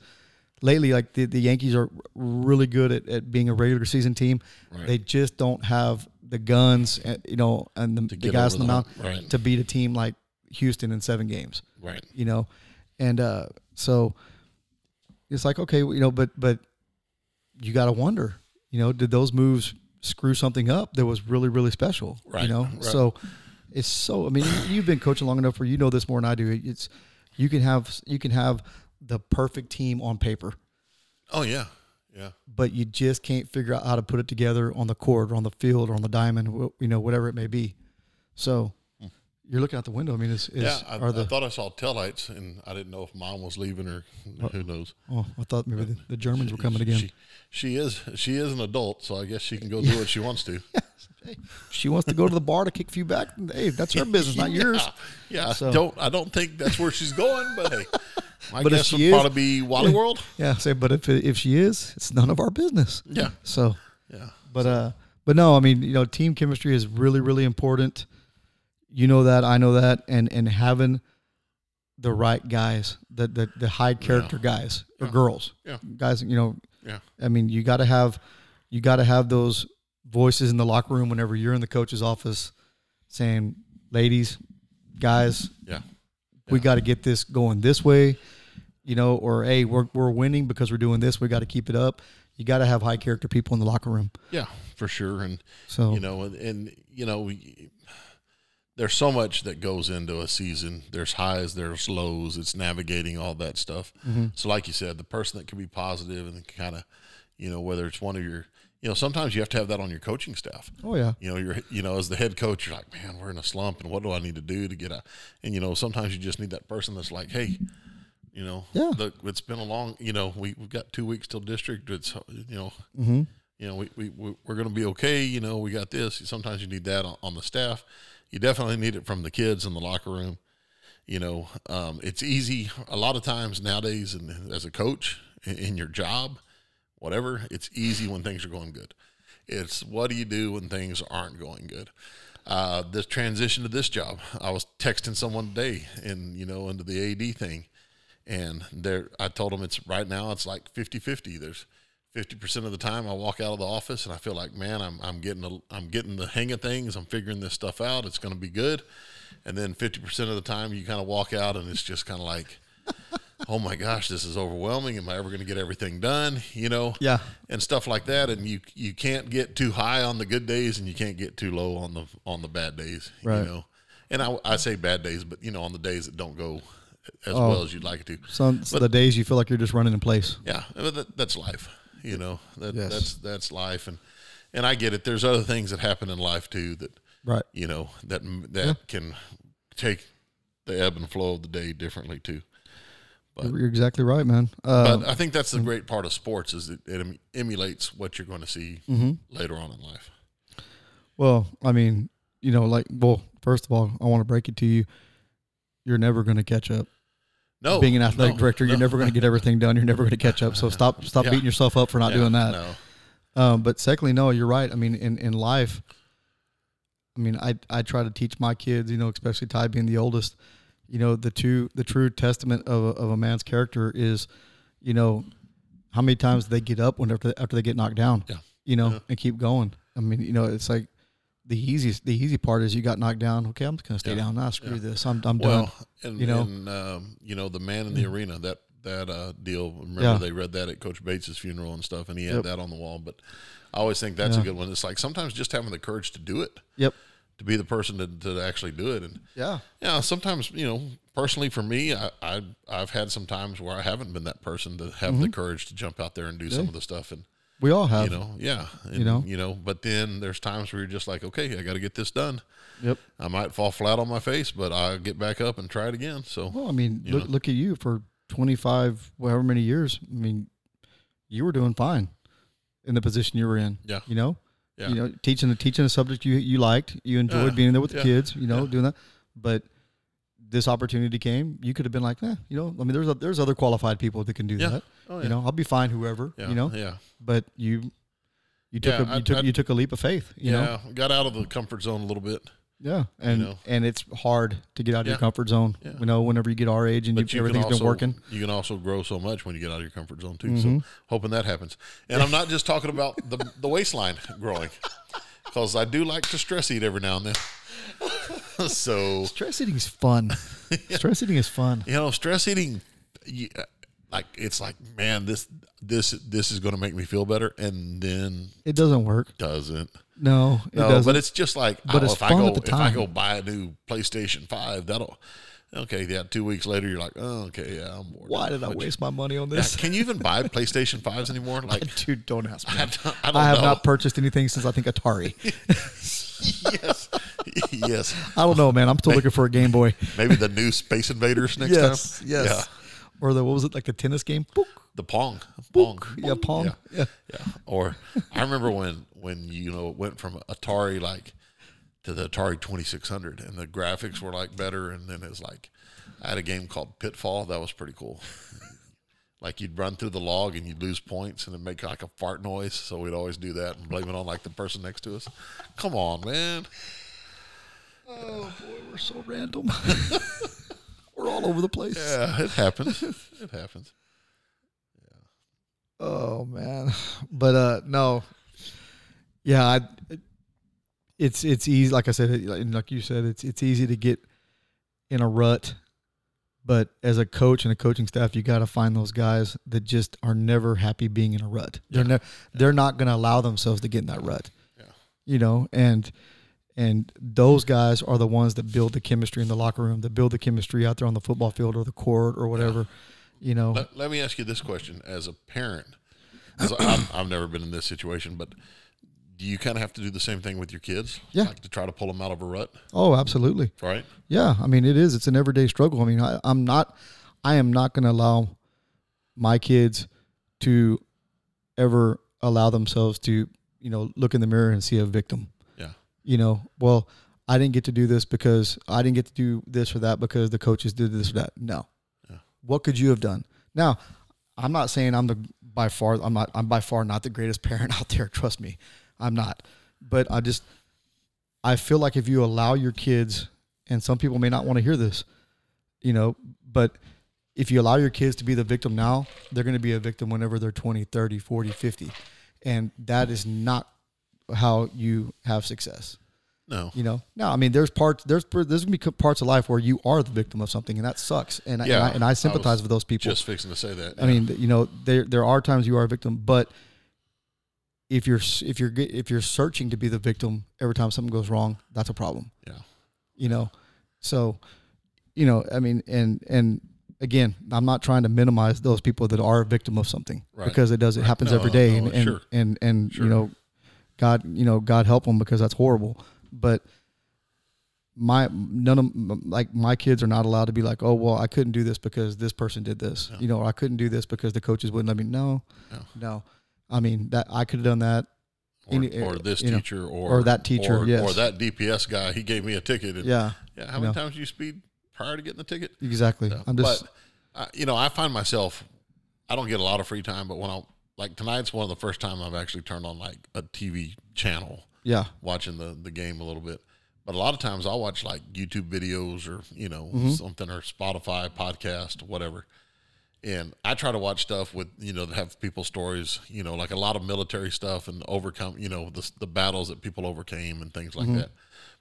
Speaker 1: lately, like the, the Yankees are really good at, at being a regular season team.
Speaker 3: Right.
Speaker 1: They just don't have the guns, uh, you know, and the, the
Speaker 3: get
Speaker 1: guys on the
Speaker 3: over the
Speaker 1: mound
Speaker 3: hump. Right.
Speaker 1: to beat a team like Houston in seven games
Speaker 3: right
Speaker 1: you know and uh so it's like okay you know but but you got to wonder you know did those moves screw something up that was really really special
Speaker 3: Right,
Speaker 1: you know
Speaker 3: right.
Speaker 1: so it's so i mean you- you've been coaching long enough where you know this more than i do it's you can have you can have the perfect team on paper
Speaker 3: oh yeah yeah
Speaker 1: but you just can't figure out how to put it together on the court or on the field or on the diamond wh- you know whatever it may be so you're looking out the window i mean is, is
Speaker 3: Hmm. yeah I,
Speaker 1: are the
Speaker 3: I thought i saw taillights and i didn't know if mom was leaving or who knows
Speaker 1: oh i thought maybe the, the germans were coming again
Speaker 3: she, she is she is an adult so i guess she can go do what she wants to
Speaker 1: she wants to go to the bar to kick a few back. Hey, that's her business, not yours.
Speaker 3: [LAUGHS] yeah I
Speaker 1: So-
Speaker 3: don't i don't think that's where she's going but
Speaker 2: [LAUGHS]
Speaker 3: hey my
Speaker 1: But if
Speaker 3: guess
Speaker 1: she
Speaker 3: would
Speaker 1: is-
Speaker 3: probably be wally world
Speaker 1: Yeah, say, but if if she is, it's none of our business.
Speaker 3: Yeah.
Speaker 1: So,
Speaker 3: yeah
Speaker 1: but uh, but no, I mean, you know, team chemistry is really really important. You know that, I know that, and and having the right guys, the the, the high character guys or girls,
Speaker 3: Yeah.
Speaker 1: guys, you know,
Speaker 3: yeah
Speaker 1: I mean, you got to have you got to have those voices in the locker room whenever you're in the coach's office saying, "Ladies, guys,
Speaker 3: yeah
Speaker 1: we got to get this going this way, you know, or hey, we're, we're winning because we're doing this. We got to keep it up. you got to have high character people in the locker room.
Speaker 2: Yeah, for sure. And
Speaker 1: So-
Speaker 2: you know, and, and you know, y- there's so much that goes into a season. There's highs, there's lows. It's navigating all that stuff.
Speaker 3: Mm-hmm.
Speaker 2: So, like you said, the person that can be positive and kind of, you know, whether it's one of your, you know, sometimes you have to have that on your coaching staff.
Speaker 1: Oh yeah,
Speaker 2: You know, you're, you know, as the head coach, you're like, man, we're in a slump, and what do I need to do to get out? And you know, sometimes you just need that person that's like, hey, you know,
Speaker 1: Yeah.
Speaker 2: look, it's been a long, you know, we we've got two weeks till district. It's you know,
Speaker 1: Mm-hmm.
Speaker 2: you know, we we we- we're gonna be okay. You know, we got this. Sometimes you need that on, on the staff. You definitely need it from the kids in the locker room. You know, um, it's easy a lot of times nowadays, and as a coach in, in your job, whatever, it's easy when things are going good. It's what do you do when things aren't going good? Uh, this transition to this job, I was texting someone today, and you know, into the AD thing, and there, I told them it's right now, it's like 50 50. There's 50% of the time I walk out of the office and I feel like, man, I'm, I'm getting, the I'm getting the hang of things. I'm figuring this stuff out. It's going to be good. And then 50% of the time you kind of walk out and it's just kind of like, oh my gosh, this is overwhelming. Am I ever going to get everything done? You know?
Speaker 1: Yeah.
Speaker 2: And stuff like that. And you, you can't get too high on the good days and you can't get too low on the, on the bad days,
Speaker 1: Right.
Speaker 2: you know? And I, I say bad days, but you know, on the days that don't go as
Speaker 1: Oh.
Speaker 2: well as you'd like it to.
Speaker 1: some so the days you feel like you're just running in place.
Speaker 2: Yeah, but that, that's life. You know, that,
Speaker 1: Yes.
Speaker 2: that's that's life, and and I get it. There's other things that happen in life too that
Speaker 1: Right.
Speaker 2: you know that that can take the ebb and flow of the day differently too.
Speaker 1: You're, you're exactly right, man. Uh,
Speaker 2: But I think that's the
Speaker 3: Mm-hmm.
Speaker 2: great part of sports is that it em- emulates what you're going to see later on in life.
Speaker 1: mm-hmm. well, I mean, you know, like, well, first of all, I want to break it to you. You're never going to catch up.
Speaker 2: No,
Speaker 1: Being an athletic
Speaker 2: Oh, no,
Speaker 1: director, you're
Speaker 2: no,
Speaker 1: never going to get everything done. You're never going to catch
Speaker 2: [LAUGHS]
Speaker 1: up. So stop, stop
Speaker 2: Yeah.
Speaker 1: beating yourself up for not
Speaker 2: yeah,
Speaker 1: doing that.
Speaker 2: No,
Speaker 1: Um, but secondly, no, you're right. I mean, in, in life, I mean, I, I try to teach my kids, you know, especially Ty being the oldest, you know, the two, the true testament of, a- of a man's character is, you know, how many times they get up whenever after they get knocked down,
Speaker 2: Yeah.
Speaker 1: you know, and keep going. I mean, you know, it's like the easiest, the easy part is you got knocked down. Okay. I'm just going to stay down. Nah, screw this. I'm, I'm done.
Speaker 2: well, and
Speaker 1: You know?
Speaker 2: and, um, you know the man in the arena that that uh, deal. Remember
Speaker 1: Mm. Yeah.
Speaker 2: they read that at Coach Bates's funeral and stuff, and he had
Speaker 1: Yep.
Speaker 2: that on the wall. But I always think that's
Speaker 1: Yeah.
Speaker 2: a good one. It's like sometimes [LAUGHS] just having the courage to do it,
Speaker 1: Yep.
Speaker 2: to be the person to, to actually do it, and
Speaker 1: Yeah.
Speaker 2: yeah, sometimes you know. Personally, for me, I, I I've had some times where I haven't been that person to have
Speaker 1: Mm-hmm.
Speaker 2: the courage to jump out there and do some of the stuff, and
Speaker 1: We all have,
Speaker 2: you know, yeah, and,
Speaker 1: know?
Speaker 2: you know. But then there's times where you're just like, okay, I got to get this done.
Speaker 1: yep.
Speaker 2: I might fall flat on my face, but I'll get back up and try it again. So
Speaker 1: Well, I mean,
Speaker 2: You
Speaker 1: look,
Speaker 2: know?
Speaker 1: look at you for 25, however many years. I mean, you were doing fine in the position you were in.
Speaker 2: Yeah.
Speaker 1: You know,
Speaker 2: Yeah.
Speaker 1: you know, teaching teaching a subject you you liked, you enjoyed
Speaker 2: Yeah.
Speaker 1: being there with
Speaker 2: Yeah.
Speaker 1: the kids. You know,
Speaker 2: Yeah.
Speaker 1: doing that, but this opportunity came. You could have been like, eh, you know, I mean, there's a, there's other qualified people that can do
Speaker 2: Yeah.
Speaker 1: that.
Speaker 2: Oh, yeah.
Speaker 1: You know, I'll be fine, whoever.
Speaker 2: yeah,
Speaker 1: You know,
Speaker 2: yeah.
Speaker 1: but you. You took,
Speaker 2: Yeah,
Speaker 1: a, you,
Speaker 2: I-
Speaker 1: took,
Speaker 2: I-
Speaker 1: you took a leap of faith, you know?
Speaker 2: yeah, got out of the comfort zone a little bit,
Speaker 1: Yeah. And
Speaker 2: know?
Speaker 1: and it's hard to get out of your
Speaker 2: Yeah.
Speaker 1: comfort zone.
Speaker 2: Yeah.
Speaker 1: You know, whenever you get our age and
Speaker 2: but
Speaker 1: you've,
Speaker 2: you
Speaker 1: everything's
Speaker 2: can also,
Speaker 1: been working.
Speaker 2: You can also grow so much when you get out of your comfort zone too.
Speaker 1: Mm-hmm.
Speaker 2: So hoping that happens. And I'm not just talking about the the waistline growing, because I do like to stress eat every now and then. [LAUGHS] so
Speaker 1: Stress eating is
Speaker 2: [LAUGHS]
Speaker 1: fun. [LAUGHS] Stress eating is fun.
Speaker 2: you know, stress eating, you, like it's like man, this this this is going to make me feel better, and then
Speaker 1: It doesn't work.
Speaker 2: doesn't.
Speaker 1: No, it
Speaker 2: No,
Speaker 1: doesn't.
Speaker 2: but it's just like
Speaker 1: But
Speaker 2: oh,
Speaker 1: it's
Speaker 2: if I
Speaker 1: fun
Speaker 2: go
Speaker 1: at the
Speaker 2: if I
Speaker 1: time.
Speaker 2: go buy a new PlayStation Five, that'll okay. Yeah, two weeks later, you're like, oh, okay, yeah, I'm bored.
Speaker 1: Why did I
Speaker 2: But
Speaker 1: waste my money on
Speaker 2: you-
Speaker 1: this?
Speaker 2: Can you even buy PlayStation
Speaker 1: [LAUGHS]
Speaker 2: Fives anymore? Like,
Speaker 1: Dude, don't ask me.
Speaker 2: [LAUGHS] I don't, I don't
Speaker 1: I have
Speaker 2: know.
Speaker 1: not purchased anything since I think Atari.
Speaker 2: [LAUGHS] yes, yes.
Speaker 1: I don't know, man. I'm still looking for a Game Boy.
Speaker 2: Maybe the new Space Invaders [LAUGHS] next time. Yeah.
Speaker 1: Or the what was it like the tennis game? Book.
Speaker 2: The Pong, Pong,
Speaker 1: Yeah, Pong. Yeah.
Speaker 2: yeah. Or I remember when when you know it went from Atari like to the Atari twenty six hundred, and the graphics were like better, and then it's like I had a game called Pitfall that was pretty cool. [LAUGHS] like you'd run through the log and you'd lose points, and it make like a fart noise. So we'd always do that and blame it on like the person next to us. Come on, man.
Speaker 1: Boy, we're so
Speaker 2: [LAUGHS]
Speaker 1: random. [LAUGHS] we're all over the place.
Speaker 2: Yeah, it happens. It happens.
Speaker 1: Oh man, [LAUGHS] but uh, no, yeah, I, it's it's easy. Like I said, it- and like you said, it's it's easy to get in a rut But as a coach and a coaching staff, you got to find those guys that just are never happy being in a rut. They're ne- they're not going to allow themselves to get in that rut. Yeah. You know, and and those guys are the ones that build the chemistry in the locker room, that build the chemistry out there on the football field or the court or whatever. You know,
Speaker 3: Let, let me ask you this question as a parent. 'cause
Speaker 1: [CLEARS THROAT]
Speaker 3: I've, I've never been in this situation, but do you kind of have to do the same thing with your kids?
Speaker 1: Yeah.
Speaker 3: Like to try to pull them out of a rut,
Speaker 1: oh, absolutely.
Speaker 3: right?
Speaker 1: Yeah, I mean it is. It's an everyday struggle. I mean, I, I'm not, I am not going to allow my kids to ever allow themselves to, you know, look in the mirror and see a victim.
Speaker 3: Yeah.
Speaker 1: You know, well, I didn't get to do this because I didn't get to do this or that because the coaches did this or that. No, what could you have done? Now, I'm not saying I'm the by far I'm not I'm by far not the greatest [LAUGHS] parent out there. Trust me, I'm not. But I just I feel like if you allow your kids, and some people may not want to hear this, you know, but if you allow your kids to be the victim now, they're going to be a victim whenever they're 20, 30, 40, 50. And that is not how you have success.
Speaker 3: No.
Speaker 1: You know, no, I mean, there's parts, there's, there's gonna be co- parts of life where you are the victim of something and that sucks. And, I,
Speaker 3: Yeah,
Speaker 1: and I, and
Speaker 3: I
Speaker 1: I
Speaker 3: was
Speaker 1: sympathize with those people.
Speaker 3: Just fixing to say that.
Speaker 1: I mean, th- you know, there there are times you are a victim, but if you're s- if you're ge- if you're searching to be the victim every time something goes wrong, that's a problem.
Speaker 3: yeah.
Speaker 1: You know, so you know, I mean, and and again, I'm not trying to minimize those people that are a victim of something
Speaker 3: Right.
Speaker 1: because it does it happens
Speaker 3: No,
Speaker 1: every day,
Speaker 3: no,
Speaker 1: and, and,
Speaker 3: sure.
Speaker 1: and and you know, God, you know, God help them because that's horrible, but. My none of m- like my kids are not allowed to be like, oh well, I couldn't do this because this person did this, you know, or I couldn't do this because the coaches wouldn't let me. No,
Speaker 3: No.
Speaker 1: no, I mean that I could have done that.
Speaker 3: Or,
Speaker 1: any- eh,
Speaker 3: or this
Speaker 1: you know,
Speaker 3: teacher, or
Speaker 1: or that teacher,
Speaker 3: or,
Speaker 1: yes.
Speaker 3: or that DPS guy. He gave me a ticket. And,
Speaker 1: Yeah,
Speaker 3: Yeah, How many
Speaker 1: No.
Speaker 3: times do you speed prior to getting the ticket?
Speaker 1: exactly. I'm just
Speaker 3: but uh, you know, I find myself I don't get a lot of free time, but when I like tonight's one of the first time I've actually turned on like a TV channel
Speaker 1: yeah,
Speaker 3: watching the the game a little bit. But a lot of times I'll watch like YouTube videos or you know something or Spotify podcast whatever. And I try to watch stuff with you know that have people's stories, you know, like a lot of military stuff and overcome, you know, the the battles that people overcame and things like that.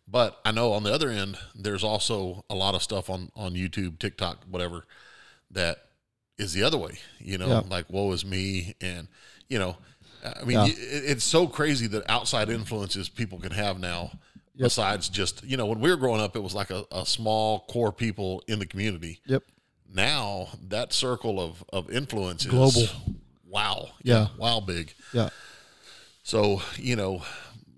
Speaker 3: But I know on the other end, there's also a lot of stuff on on YouTube, TikTok, whatever, that is the other way. You know,
Speaker 1: Yeah.
Speaker 3: like woe is me, and you know, I mean,
Speaker 1: Yeah.
Speaker 3: y it, it's so crazy that outside influences people can have now. Besides just you know, when we were growing up, it was like a, a small core people in the community.
Speaker 1: yep.
Speaker 3: Now that circle of of influence is
Speaker 1: Global.
Speaker 3: Wow,
Speaker 1: Yeah.
Speaker 3: wow, big.
Speaker 1: Yeah.
Speaker 3: So you know,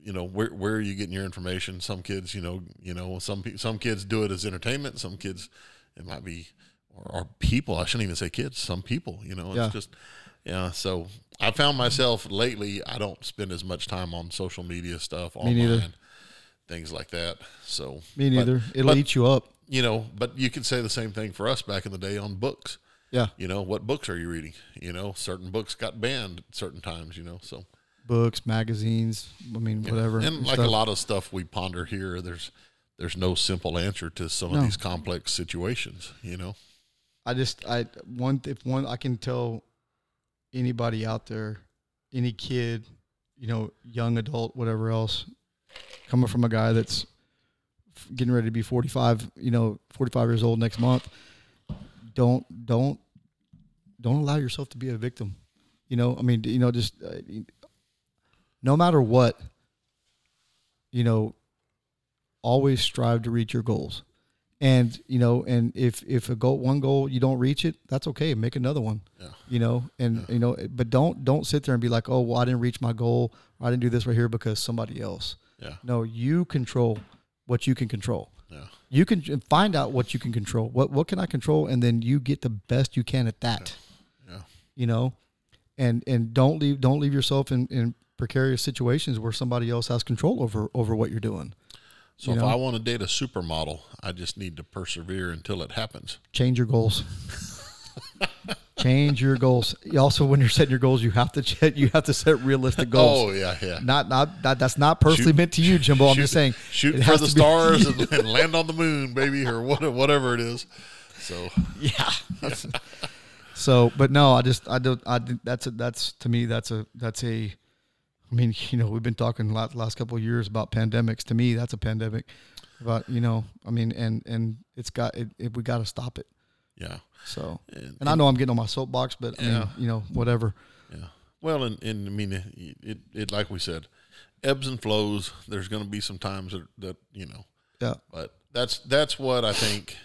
Speaker 3: you know where where are you getting your information? Some kids, you know, you know, some pe- some kids do it as entertainment. Some kids, it might be or, or people. I shouldn't even say kids. Some people, you know, it's
Speaker 1: Yeah.
Speaker 3: just yeah. So I found myself lately. I don't spend as much time on social media stuff online,
Speaker 1: neither.
Speaker 3: things like that. So
Speaker 1: Me
Speaker 3: but-
Speaker 1: neither. It'll
Speaker 3: but,
Speaker 1: eat you up.
Speaker 3: you know, but you can say the same thing for us back in the day on books.
Speaker 1: Yeah.
Speaker 3: You know, what books are you reading? You know, certain books got banned at certain times. You know, so.
Speaker 1: Books, magazines, I mean, whatever.
Speaker 3: And like
Speaker 1: stuff.
Speaker 3: a lot of stuff we ponder here, there's there's no simple answer to some
Speaker 1: No.
Speaker 3: of these complex situations. You know,
Speaker 1: I just, I, one, if one, I can tell anybody out there, any kid, you know, young adult, whatever else, coming from a guy that's f- getting ready to be 45, you know, 45 years old next month, don't, don't, don't allow yourself to be a victim. You know, I mean, you know, just uh, no matter what, you know, always strive to reach your goals. And you know, and if if a goal one goal you don't reach it, that's okay. Make another one. You know, and you know, but don't don't sit there and be like, oh, well, I didn't reach my goal. Or I didn't do this right here because somebody else.
Speaker 3: Yeah.
Speaker 1: No, you control what you can control.
Speaker 3: Yeah.
Speaker 1: You can find out what you can control. What what can I control, and then you get the best you can at that
Speaker 3: yeah,
Speaker 1: you know and and don't leave don't leave yourself in, in precarious situations where somebody else has control over over what you're doing
Speaker 3: So
Speaker 1: You
Speaker 3: if
Speaker 1: know?
Speaker 3: I want to date a supermodel, I just need to persevere until it happens.
Speaker 1: change your goals change your goals You also when you're setting your goals you have to ch- you have to set realistic goals
Speaker 3: Oh yeah, yeah.
Speaker 1: not not that, that's not personally
Speaker 3: Shoot-
Speaker 1: meant to you jimbo i'm
Speaker 3: shoot,
Speaker 1: just saying
Speaker 3: shoot
Speaker 1: it
Speaker 3: for
Speaker 1: has
Speaker 3: the
Speaker 1: to be-
Speaker 3: stars
Speaker 1: [LAUGHS]
Speaker 3: and, and land on the moon, baby, or what, whatever it is. So
Speaker 1: yeah That's- so but no i just i don't i did- that's a, that's to me that's a that's a i mean you know we've been talking a lot last couple of years about pandemics to me that's a pandemic about you know i mean and and it's got it, it we got to stop it
Speaker 2: Yeah.
Speaker 1: So,
Speaker 2: And-
Speaker 1: and, I know I'm getting on my soapbox, but I mean,
Speaker 2: Yeah.
Speaker 1: you know, whatever.
Speaker 2: Yeah. Well, and, and I mean, it, it, it, like we said, ebbs and flows. There's going to be some times that, that, you know,
Speaker 1: Yeah.
Speaker 2: but that's, that's what I think,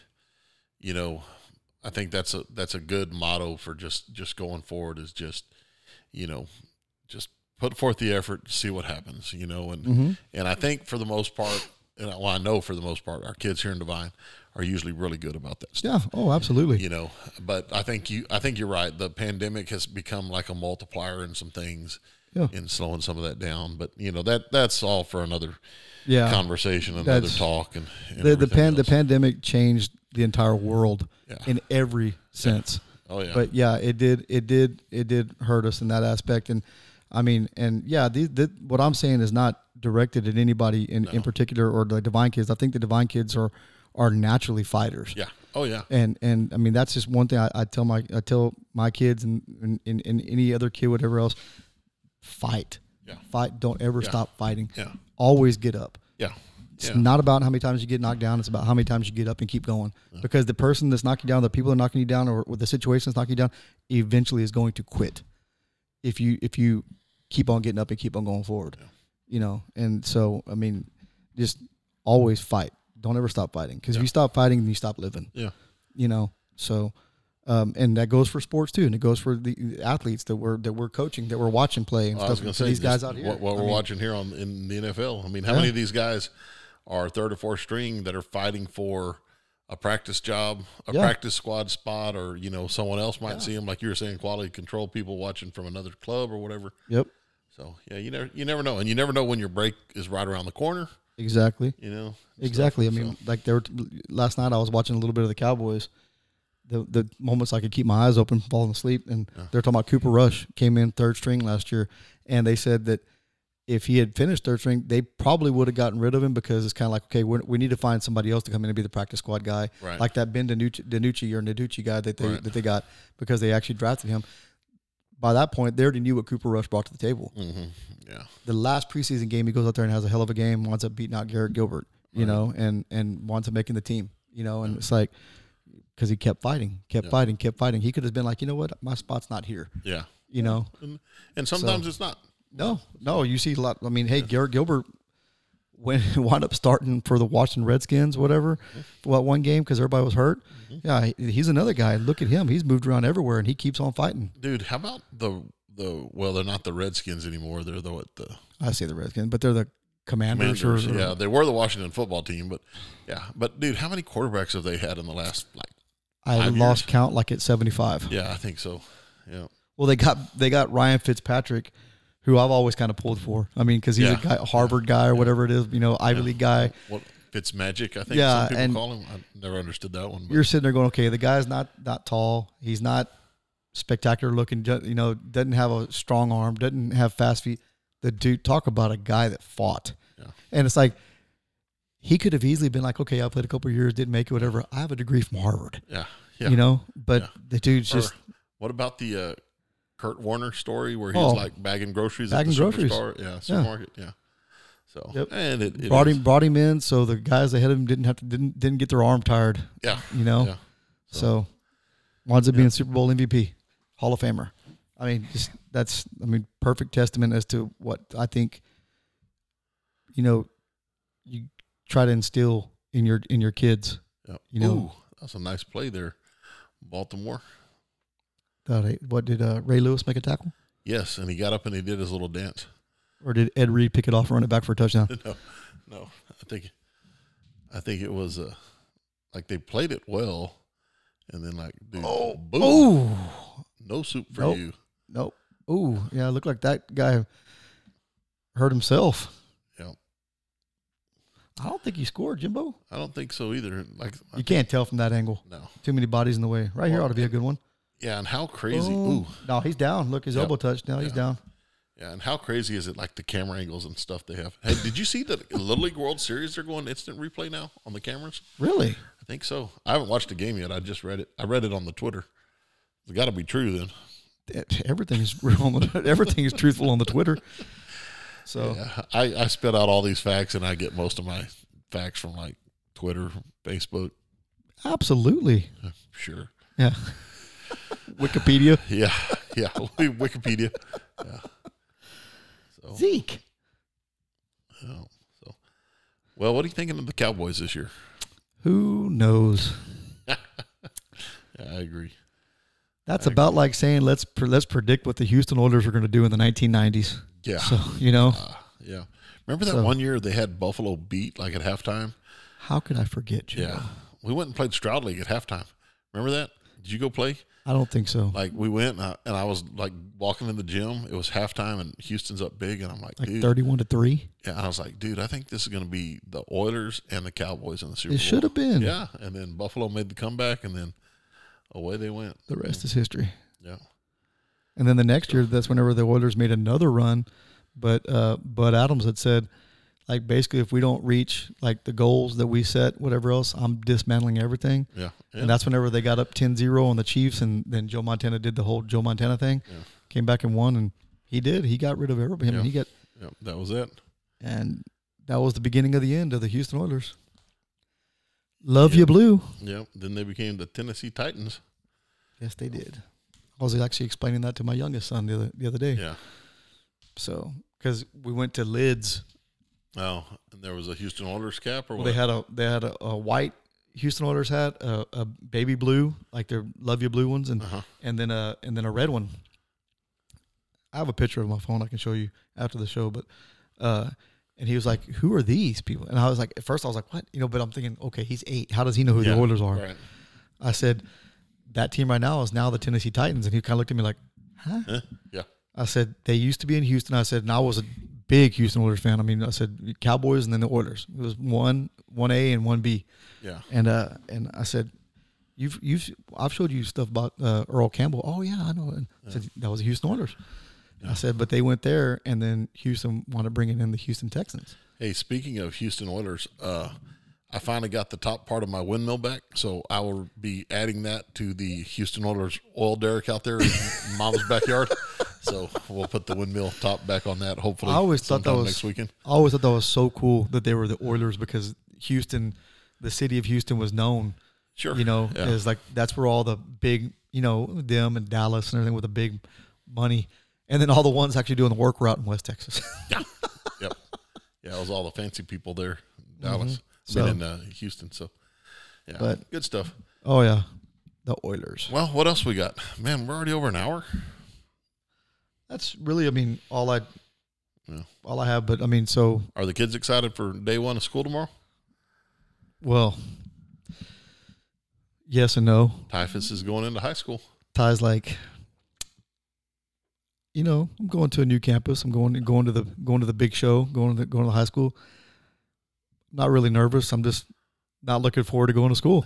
Speaker 2: you know, I think that's a, that's a good motto for just, just going forward is just, you know, just put forth the effort, see what happens, you know, and,
Speaker 1: Mm-hmm.
Speaker 2: and I think for the most part, and I, well, I know for the most part, our kids here in Divine are usually really good about that stuff
Speaker 1: Yeah. Oh, absolutely.
Speaker 2: you know but i think you i think you're right the pandemic has become like a multiplier in some things
Speaker 1: Yeah.
Speaker 2: in slowing some of that down but you know that that's all for another
Speaker 1: Yeah.
Speaker 2: conversation another
Speaker 1: That's-
Speaker 2: talk and, and
Speaker 1: the the,
Speaker 2: everything
Speaker 1: pan, the
Speaker 2: else.
Speaker 1: pandemic changed the entire world
Speaker 2: Yeah.
Speaker 1: in every sense.
Speaker 2: [LAUGHS] oh yeah
Speaker 1: But yeah, it did it did it did hurt us in that aspect. And I mean, and yeah, the, the, what I'm saying is not directed at anybody in, in particular or the divine kids. I think the divine kids are are naturally fighters.
Speaker 2: yeah oh yeah
Speaker 1: And and I mean that's just one thing I, I tell my I tell my kids and, and, and, and any other kid whatever else, fight.
Speaker 2: Yeah.
Speaker 1: Fight. Don't ever stop fighting.
Speaker 2: Yeah.
Speaker 1: Always get up.
Speaker 2: yeah
Speaker 1: It's
Speaker 2: yeah
Speaker 1: not about how many times you get knocked down. It's about how many times you get up and keep going. Because the person that's knocking you down, the people that are knocking you down, or, or the situation that's knocking you down, eventually is going to quit. If you if you keep on getting up and keep on going forward, you know. And so I mean, just always fight. Don't ever stop fighting. Because if you stop fighting, then you stop living.
Speaker 2: yeah
Speaker 1: You know. So. Um, and that goes for sports too, and it goes for the athletes that we're that we're coaching, that we're watching play, and
Speaker 2: I was
Speaker 1: stuff.
Speaker 2: going to
Speaker 1: for
Speaker 2: say
Speaker 1: these guys
Speaker 2: just
Speaker 1: out here,
Speaker 2: What, what
Speaker 1: I
Speaker 2: we're
Speaker 1: mean,
Speaker 2: watching here on in the NFL. I mean, how many of these guys are third or fourth string that are fighting for a practice job, a
Speaker 1: Yeah.
Speaker 2: practice squad spot, or you know, someone else might see them, like you were saying, quality control people watching from another club or whatever.
Speaker 1: Yep,
Speaker 2: So yeah, you never you never know, and you never know when your break is right around the corner.
Speaker 1: exactly.
Speaker 2: You know and
Speaker 1: Exactly. I
Speaker 2: stuff.
Speaker 1: mean,
Speaker 2: So,
Speaker 1: like there were last night. I was watching a little bit of the Cowboys. The the moments I could keep my eyes open from falling asleep, and they're talking about Cooper Rush came in third string last year, and they said that if he had finished third string, they probably would have gotten rid of him because it's kind of like okay, we're, we need to find somebody else to come in and be the practice squad guy,
Speaker 2: Right.
Speaker 1: like that Ben DiNucci, DiNucci or Naducci guy that they
Speaker 2: Right.
Speaker 1: that they got because they actually drafted him. By that point, they already knew what Cooper Rush brought to the table
Speaker 2: yeah,
Speaker 1: the last preseason game, he goes out there and has a hell of a game, winds up beating out Garrett Gilbert, you know, and and winds up making the team, you know, and it's like because he kept fighting, kept fighting, kept fighting. He could have been like, you know what, my spot's not here,
Speaker 2: yeah,
Speaker 1: you know.
Speaker 2: and, and sometimes it's not.
Speaker 1: No, no, you see a lot. I mean, hey, Garrett Gilbert when [LAUGHS] wound up starting for the Washington Redskins, whatever, for that one game because everybody was hurt.
Speaker 2: Mm-hmm.
Speaker 1: Yeah, he- he's another guy. Look at him; he's moved around everywhere, and he keeps on fighting.
Speaker 2: Dude, how about the the well? They're not the Redskins anymore. They're the what the
Speaker 1: I say the Redskins, but they're the Commanders,
Speaker 2: Commanders,
Speaker 1: or, or
Speaker 2: yeah, they were the Washington football team, but yeah, but dude, how many quarterbacks have they had in the last like?
Speaker 1: I
Speaker 2: Five
Speaker 1: lost
Speaker 2: years.
Speaker 1: count like at seventy-five.
Speaker 2: Yeah, I think so. Yeah,
Speaker 1: Well, they got they got Ryan Fitzpatrick, who I've always kind of pulled for. I mean, because he's
Speaker 2: Yeah.
Speaker 1: a guy, a Harvard guy or whatever it is, you know, Ivy League guy.
Speaker 2: what Fitzmagic? I think
Speaker 1: Yeah,
Speaker 2: some people
Speaker 1: and-
Speaker 2: call him. I never understood that one. But
Speaker 1: You're sitting there going, okay, the guy's not not tall. He's not spectacular looking. ju- You know, doesn't have a strong arm. Doesn't have fast feet. The dude talk about a guy that fought,
Speaker 2: Yeah.
Speaker 1: and it's like he could have easily been like, okay, I played a couple of years, didn't make it, whatever. I have a degree from Harvard,
Speaker 2: yeah, yeah.
Speaker 1: you know, but
Speaker 2: Yeah.
Speaker 1: the dude's
Speaker 2: Or
Speaker 1: just
Speaker 2: what about the uh, Kurt Warner story where he's
Speaker 1: Oh.
Speaker 2: like bagging groceries
Speaker 1: Bagging
Speaker 2: at the
Speaker 1: groceries.
Speaker 2: superstar? Yeah, supermarket. Yeah. So
Speaker 1: Yep.
Speaker 2: and it, it
Speaker 1: brought
Speaker 2: is-
Speaker 1: him brought him in, so the guys ahead of him didn't have to didn't didn't get their arm tired.
Speaker 2: Yeah,
Speaker 1: you know.
Speaker 2: yeah.
Speaker 1: So, winds up being Super Bowl MVP, Hall of Famer. I mean, just that's I mean, perfect testament as to what I think. You know, you try to instill in your in your kids
Speaker 2: yeah.
Speaker 1: you know.
Speaker 2: Ooh, that's a nice play there, Baltimore.
Speaker 1: that uh, what did uh, Ray Lewis make a tackle,
Speaker 2: Yes, and he got up and he did his little dance.
Speaker 1: or did Ed Reed pick it off and run it back for a touchdown?
Speaker 2: no, no. I think, I think it was uh, like they played it well, and then like, dude, oh, boom,
Speaker 1: Oh
Speaker 2: no soup for
Speaker 1: Nope.
Speaker 2: you.
Speaker 1: nope. Ooh, yeah, looked like that guy hurt himself.
Speaker 2: Yeah,
Speaker 1: I don't think he scored, Jimbo.
Speaker 2: I don't think so either. Like, I
Speaker 1: You
Speaker 2: think-
Speaker 1: can't tell from that angle.
Speaker 2: no,
Speaker 1: Too many bodies in the way. Right here ought to be a good one.
Speaker 2: yeah, and how crazy?
Speaker 1: Boom.
Speaker 2: Ooh,
Speaker 1: No, he's down. Look, his
Speaker 2: Yep.
Speaker 1: elbow touched. Now he's
Speaker 2: Yeah.
Speaker 1: down.
Speaker 2: yeah, and how crazy is it? Like the camera angles and stuff they have. Hey, did you see the [LAUGHS] Little League World Series? They're going instant replay now on the cameras.
Speaker 1: Really?
Speaker 2: I think so. I haven't watched the game yet. I just read it. I read it on the Twitter. It's got to be true then. [LAUGHS]
Speaker 1: Everything is real. On the, [LAUGHS] everything is truthful on the Twitter. So
Speaker 2: Yeah, I, I spit out all these facts, and I get most of my facts from like Twitter, Facebook,
Speaker 1: absolutely.
Speaker 2: sure. [LAUGHS]
Speaker 1: Yeah. [LAUGHS] Wikipedia.
Speaker 2: Yeah, yeah. Wikipedia.
Speaker 1: Zeke.
Speaker 2: Oh, so, well, what are you thinking of the Cowboys this year?
Speaker 1: Who knows?
Speaker 2: Yeah, I agree.
Speaker 1: That's about like saying let's pre- let's predict what the Houston Oilers were going to do in the 1990s.
Speaker 2: Yeah, Uh,
Speaker 1: So you know,
Speaker 2: yeah. Remember that one year they had Buffalo beat like at halftime?
Speaker 1: how could I forget you?
Speaker 2: Yeah, we went and played Stroud League at halftime. Remember that? Did you go play?
Speaker 1: I don't think so. Like,
Speaker 2: Like we went and I, and I was like walking in the gym. It was halftime and Houston's up big, and I'm like, dude.
Speaker 1: 31 to three.
Speaker 2: Yeah, I was like, dude, I think this is going to be the Oilers and the Cowboys in the Super
Speaker 1: It
Speaker 2: Bowl.
Speaker 1: should have been.
Speaker 2: Yeah, and then Buffalo made the comeback, and then away they went.
Speaker 1: The rest is history.
Speaker 2: Yeah.
Speaker 1: And then the next year, that's whenever the Oilers made another run, but uh, Bud Adams had said, like basically, if we don't reach like the goals that we set, whatever else, I'm dismantling everything.
Speaker 2: Yeah. yeah.
Speaker 1: And that's whenever they got up 10-0 on the Chiefs, and then Joe Montana did the whole Joe Montana thing, came back and won, and he did. He got rid of everybody. I mean,
Speaker 2: Yeah.
Speaker 1: He got,
Speaker 2: yeah, that was it.
Speaker 1: and that was the beginning of the end of the Houston Oilers. Love you, blue.
Speaker 2: Yeah. Then they became the Tennessee Titans.
Speaker 1: Yes, they did. I was actually explaining that to my youngest son the other the other day.
Speaker 2: Yeah.
Speaker 1: So because we went to Lids
Speaker 2: Oh, and there was a Houston Oilers cap or
Speaker 1: Well,
Speaker 2: what?
Speaker 1: they had a they had a, a white Houston Oilers hat, a, a baby blue, like their love you blue ones, and and then a and then a red one. I have a picture of my phone I can show you after the show, but uh, and he was like, "Who are these people?" And I was like, at first I was like, "What?" You know, but I'm thinking, okay, he's eight. How does he know who
Speaker 2: Yeah,
Speaker 1: the Oilers are?
Speaker 2: Right.
Speaker 1: I said, "That team right now is now the Tennessee Titans," and he kind of looked at me like, "Huh?"
Speaker 2: Huh? Yeah.
Speaker 1: I said they used to be in Houston. I said, and I was a big Houston Oilers fan. I mean, I said Cowboys and then the Oilers. It was one one A and one B,
Speaker 2: Yeah.
Speaker 1: and uh, and I said, you've you've I've showed you stuff about uh, Earl Campbell. Oh yeah, I know. And I said that was the Houston Oilers. I said, but they went there, and then Houston wanted bringing in the Houston Texans.
Speaker 2: Hey, speaking of Houston Oilers, uh, I finally got the top part of my windmill back, so I will be adding that to the Houston Oilers oil derrick
Speaker 1: [LAUGHS]
Speaker 2: out there in Mama's backyard. So we'll put the windmill top back on that. Hopefully,
Speaker 1: I always thought that
Speaker 2: sometime
Speaker 1: was
Speaker 2: next weekend.
Speaker 1: I always thought that was so cool that they were the Oilers because Houston, the city of Houston, was known.
Speaker 2: Sure,
Speaker 1: you know,
Speaker 2: yeah.
Speaker 1: is like that's where all the big, you know, them and Dallas and everything with the big money, and then all the ones actually doing the work were out in West Texas.
Speaker 2: Yep, yeah, it was all the fancy people there, in [LAUGHS] Dallas,
Speaker 1: Mm-hmm. Mhm.
Speaker 2: I
Speaker 1: So-
Speaker 2: mean, in uh, Houston. So, yeah,
Speaker 1: But-
Speaker 2: good stuff.
Speaker 1: oh yeah, the Oilers.
Speaker 2: Well, what else we got? Man, we're already over an hour.
Speaker 1: That's really, I mean, all I,
Speaker 2: Yeah.
Speaker 1: all I have. But I mean, so
Speaker 2: Are the kids excited for day one of school tomorrow?
Speaker 1: well, yes and no.
Speaker 2: Typhus is going into high school.
Speaker 1: Ty's like, you know, I'm going to a new campus. I'm going going to the going to the big show. Going to the, going to the high school. Not really nervous. I'm just not looking forward to going to school.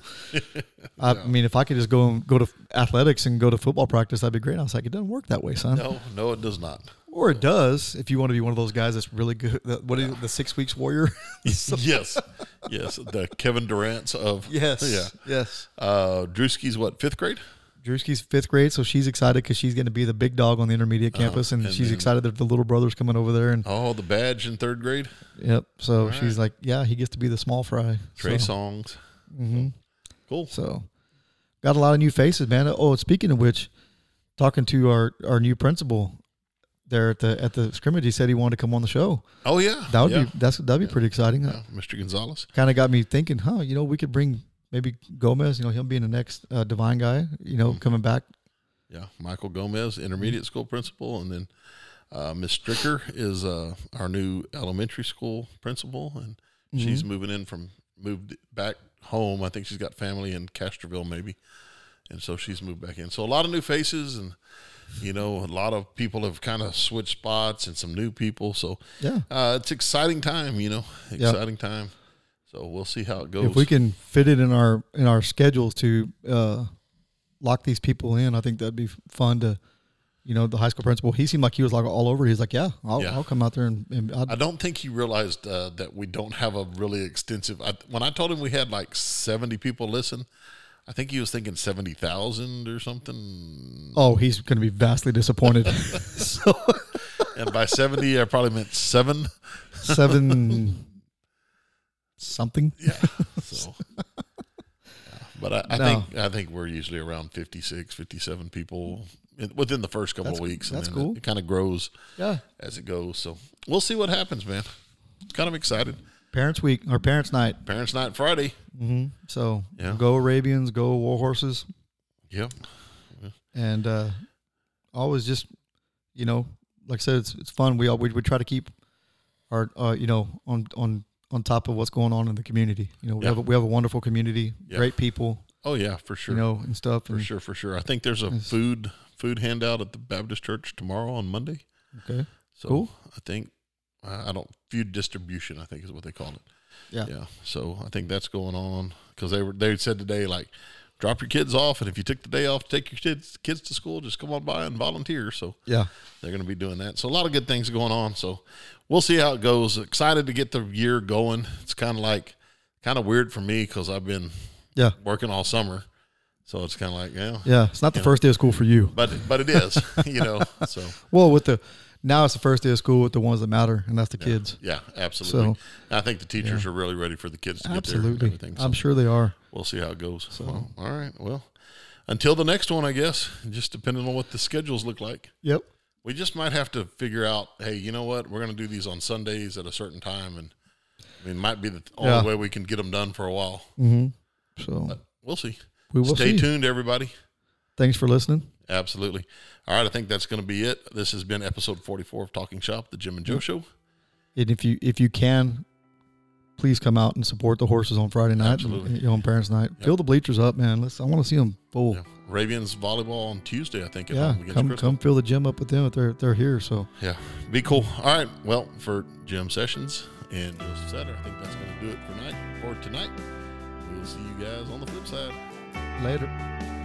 Speaker 2: [LAUGHS]
Speaker 1: I mean, if I could just go and go to athletics and go to football practice, that'd be great. I was like, it doesn't work that way, son.
Speaker 2: No, no, it
Speaker 1: [LAUGHS]
Speaker 2: does not. [LAUGHS]
Speaker 1: Or it does if you want to be one of those guys that's really good. The, what is it, the six weeks
Speaker 2: [LAUGHS]
Speaker 1: warrior? [LAUGHS]
Speaker 2: yes, yes, the Kevin Durant's of yeah.
Speaker 1: yes.
Speaker 2: Uh, Drewski's what fifth grade?
Speaker 1: Drewski's fifth grade, so she's excited because she's going to be the big dog on the intermediate campus, and,
Speaker 2: Oh, and
Speaker 1: she's
Speaker 2: then-
Speaker 1: excited that the little brother's coming over there. And
Speaker 2: Oh, the badge in third grade.
Speaker 1: Yep. So she's like, yeah, he gets to be the small fry.
Speaker 2: Trey
Speaker 1: so, mm-hmm.
Speaker 2: songs. Cool.
Speaker 1: so got a lot of new faces, man. Oh, and speaking of which, talking to our our new principal there at the at the scrimmage, he said he wanted to come on the show.
Speaker 2: Oh yeah,
Speaker 1: That would
Speaker 2: yeah.
Speaker 1: be that's that'd be pretty exciting.
Speaker 2: Yeah, Mr. Gonzalez.
Speaker 1: Kind of got me thinking, huh? You know, we could bring maybe Gomez. You know, him being the next uh, divine guy. You
Speaker 2: Mm-hmm.
Speaker 1: know, coming back.
Speaker 2: Yeah, Michael Gomez, intermediate school principal, and then uh, Miss Stricker is uh, our new elementary school principal, and she's moving in from moved back home. I think she's got family in Castroville, maybe, and so she's moved back in. So a lot of new faces, and you know, a lot of people have kind of switched spots, and some new people. So
Speaker 1: Yeah.
Speaker 2: uh, it's exciting time, you know, exciting time. So we'll see how it goes.
Speaker 1: If we can fit it in our in our schedules to uh, lock these people in, I think that'd be fun to. You know, the high school principal. He seemed like he was like all over. He's like, yeah, I'll,
Speaker 2: Yeah.
Speaker 1: I'll come out there and, and I'd,
Speaker 2: I don't think he realized uh, that we don't have a really extensive. I, when I told him we had like seventy people listen, I think he was thinking seventy thousand or something.
Speaker 1: oh, he's going to be vastly
Speaker 3: [LAUGHS]
Speaker 1: disappointed. so
Speaker 2: And by seventy, I probably meant seven.
Speaker 1: seven something. [LAUGHS]
Speaker 2: Yeah. So, yeah,
Speaker 3: But I, I
Speaker 1: No.
Speaker 3: think I think we're usually around 56, 57 people in, within the first couple of weeks.
Speaker 1: that's
Speaker 3: and then
Speaker 1: cool.
Speaker 3: It, kind of grows
Speaker 1: Yeah.
Speaker 3: as it goes. So we'll see what happens, man. Kind of excited.
Speaker 1: Parents Week or Parents Night.
Speaker 3: Parents' night Friday.
Speaker 1: Mm-hmm. So
Speaker 3: Yeah.
Speaker 1: go Arabians, go war horses,
Speaker 3: Yeah.
Speaker 1: and uh, always just you know, like I said, it's it's fun. We all we, we try to keep our uh, you know on on on top of what's going on in the community. You know, we
Speaker 3: Yeah.
Speaker 1: have a, we have a wonderful community,
Speaker 3: Yeah.
Speaker 1: great people,
Speaker 3: Oh yeah, for sure.
Speaker 1: you know, and stuff.
Speaker 3: for
Speaker 1: and-
Speaker 3: sure, for sure. I think there's a food food handout at the Baptist Church tomorrow on Monday.
Speaker 1: Okay.
Speaker 3: So
Speaker 1: Cool.
Speaker 3: I think I I don't food distribution. I think is what they call it.
Speaker 1: Yeah.
Speaker 3: Yeah. So I think that's going on because they were they said today like drop your kids off and if you took the day off to take your kids kids to school just come on by and volunteer. So
Speaker 1: Yeah.
Speaker 3: they're going to be doing that. So a lot of good things going on. So we'll see how it goes. Excited to get the year going. It's kind of like kind of weird for me because I've been
Speaker 1: Yeah.
Speaker 3: working all summer. So it's kind of like yeah,
Speaker 1: Yeah. It's not the first day of school for you.
Speaker 3: but but it is [LAUGHS] you know so
Speaker 1: Well, with the now it's the first day of school with the ones that matter, and that's the kids.
Speaker 3: yeah absolutely. I think the teachers are really ready for the kids to get there. and
Speaker 1: Absolutely.
Speaker 3: everything. So-
Speaker 1: I'm sure they are.
Speaker 3: we'll see how it goes. Well, all right. Well, until the next one, I guess, just depending on what the schedules look like,
Speaker 1: Yep.
Speaker 3: we just might have to figure out, hey, you know what? We're going to do these on Sundays at a certain time. And I mean, might be the only
Speaker 1: Yeah.
Speaker 3: way we can get them done for a while.
Speaker 1: So
Speaker 3: We'll see.
Speaker 1: we will
Speaker 3: Stay
Speaker 1: see.
Speaker 3: tuned, everybody.
Speaker 1: Thanks for listening.
Speaker 3: Absolutely. All right. I think that's going to be it. This has been episode 44 of Talking Shop, the Jim and Joe Show.
Speaker 1: And if you if you can, please come out and support the horses on Friday night,
Speaker 3: Absolutely.
Speaker 1: you know, on Parents Night. Fill the bleachers up, man. Let's. I want to see them full.
Speaker 3: Yeah. Ravians volleyball on Tuesday, I think. at
Speaker 1: Yeah,
Speaker 3: home against
Speaker 1: come
Speaker 3: Crystal.
Speaker 1: come fill the gym up with them if they're they're here. So
Speaker 3: Yeah, be cool. All right. Well, for Jim Sessions and Joseph Sutter, I think that's going to do it for night for tonight. We'll see you guys on the flip side.
Speaker 1: later.
Speaker 3: Bye.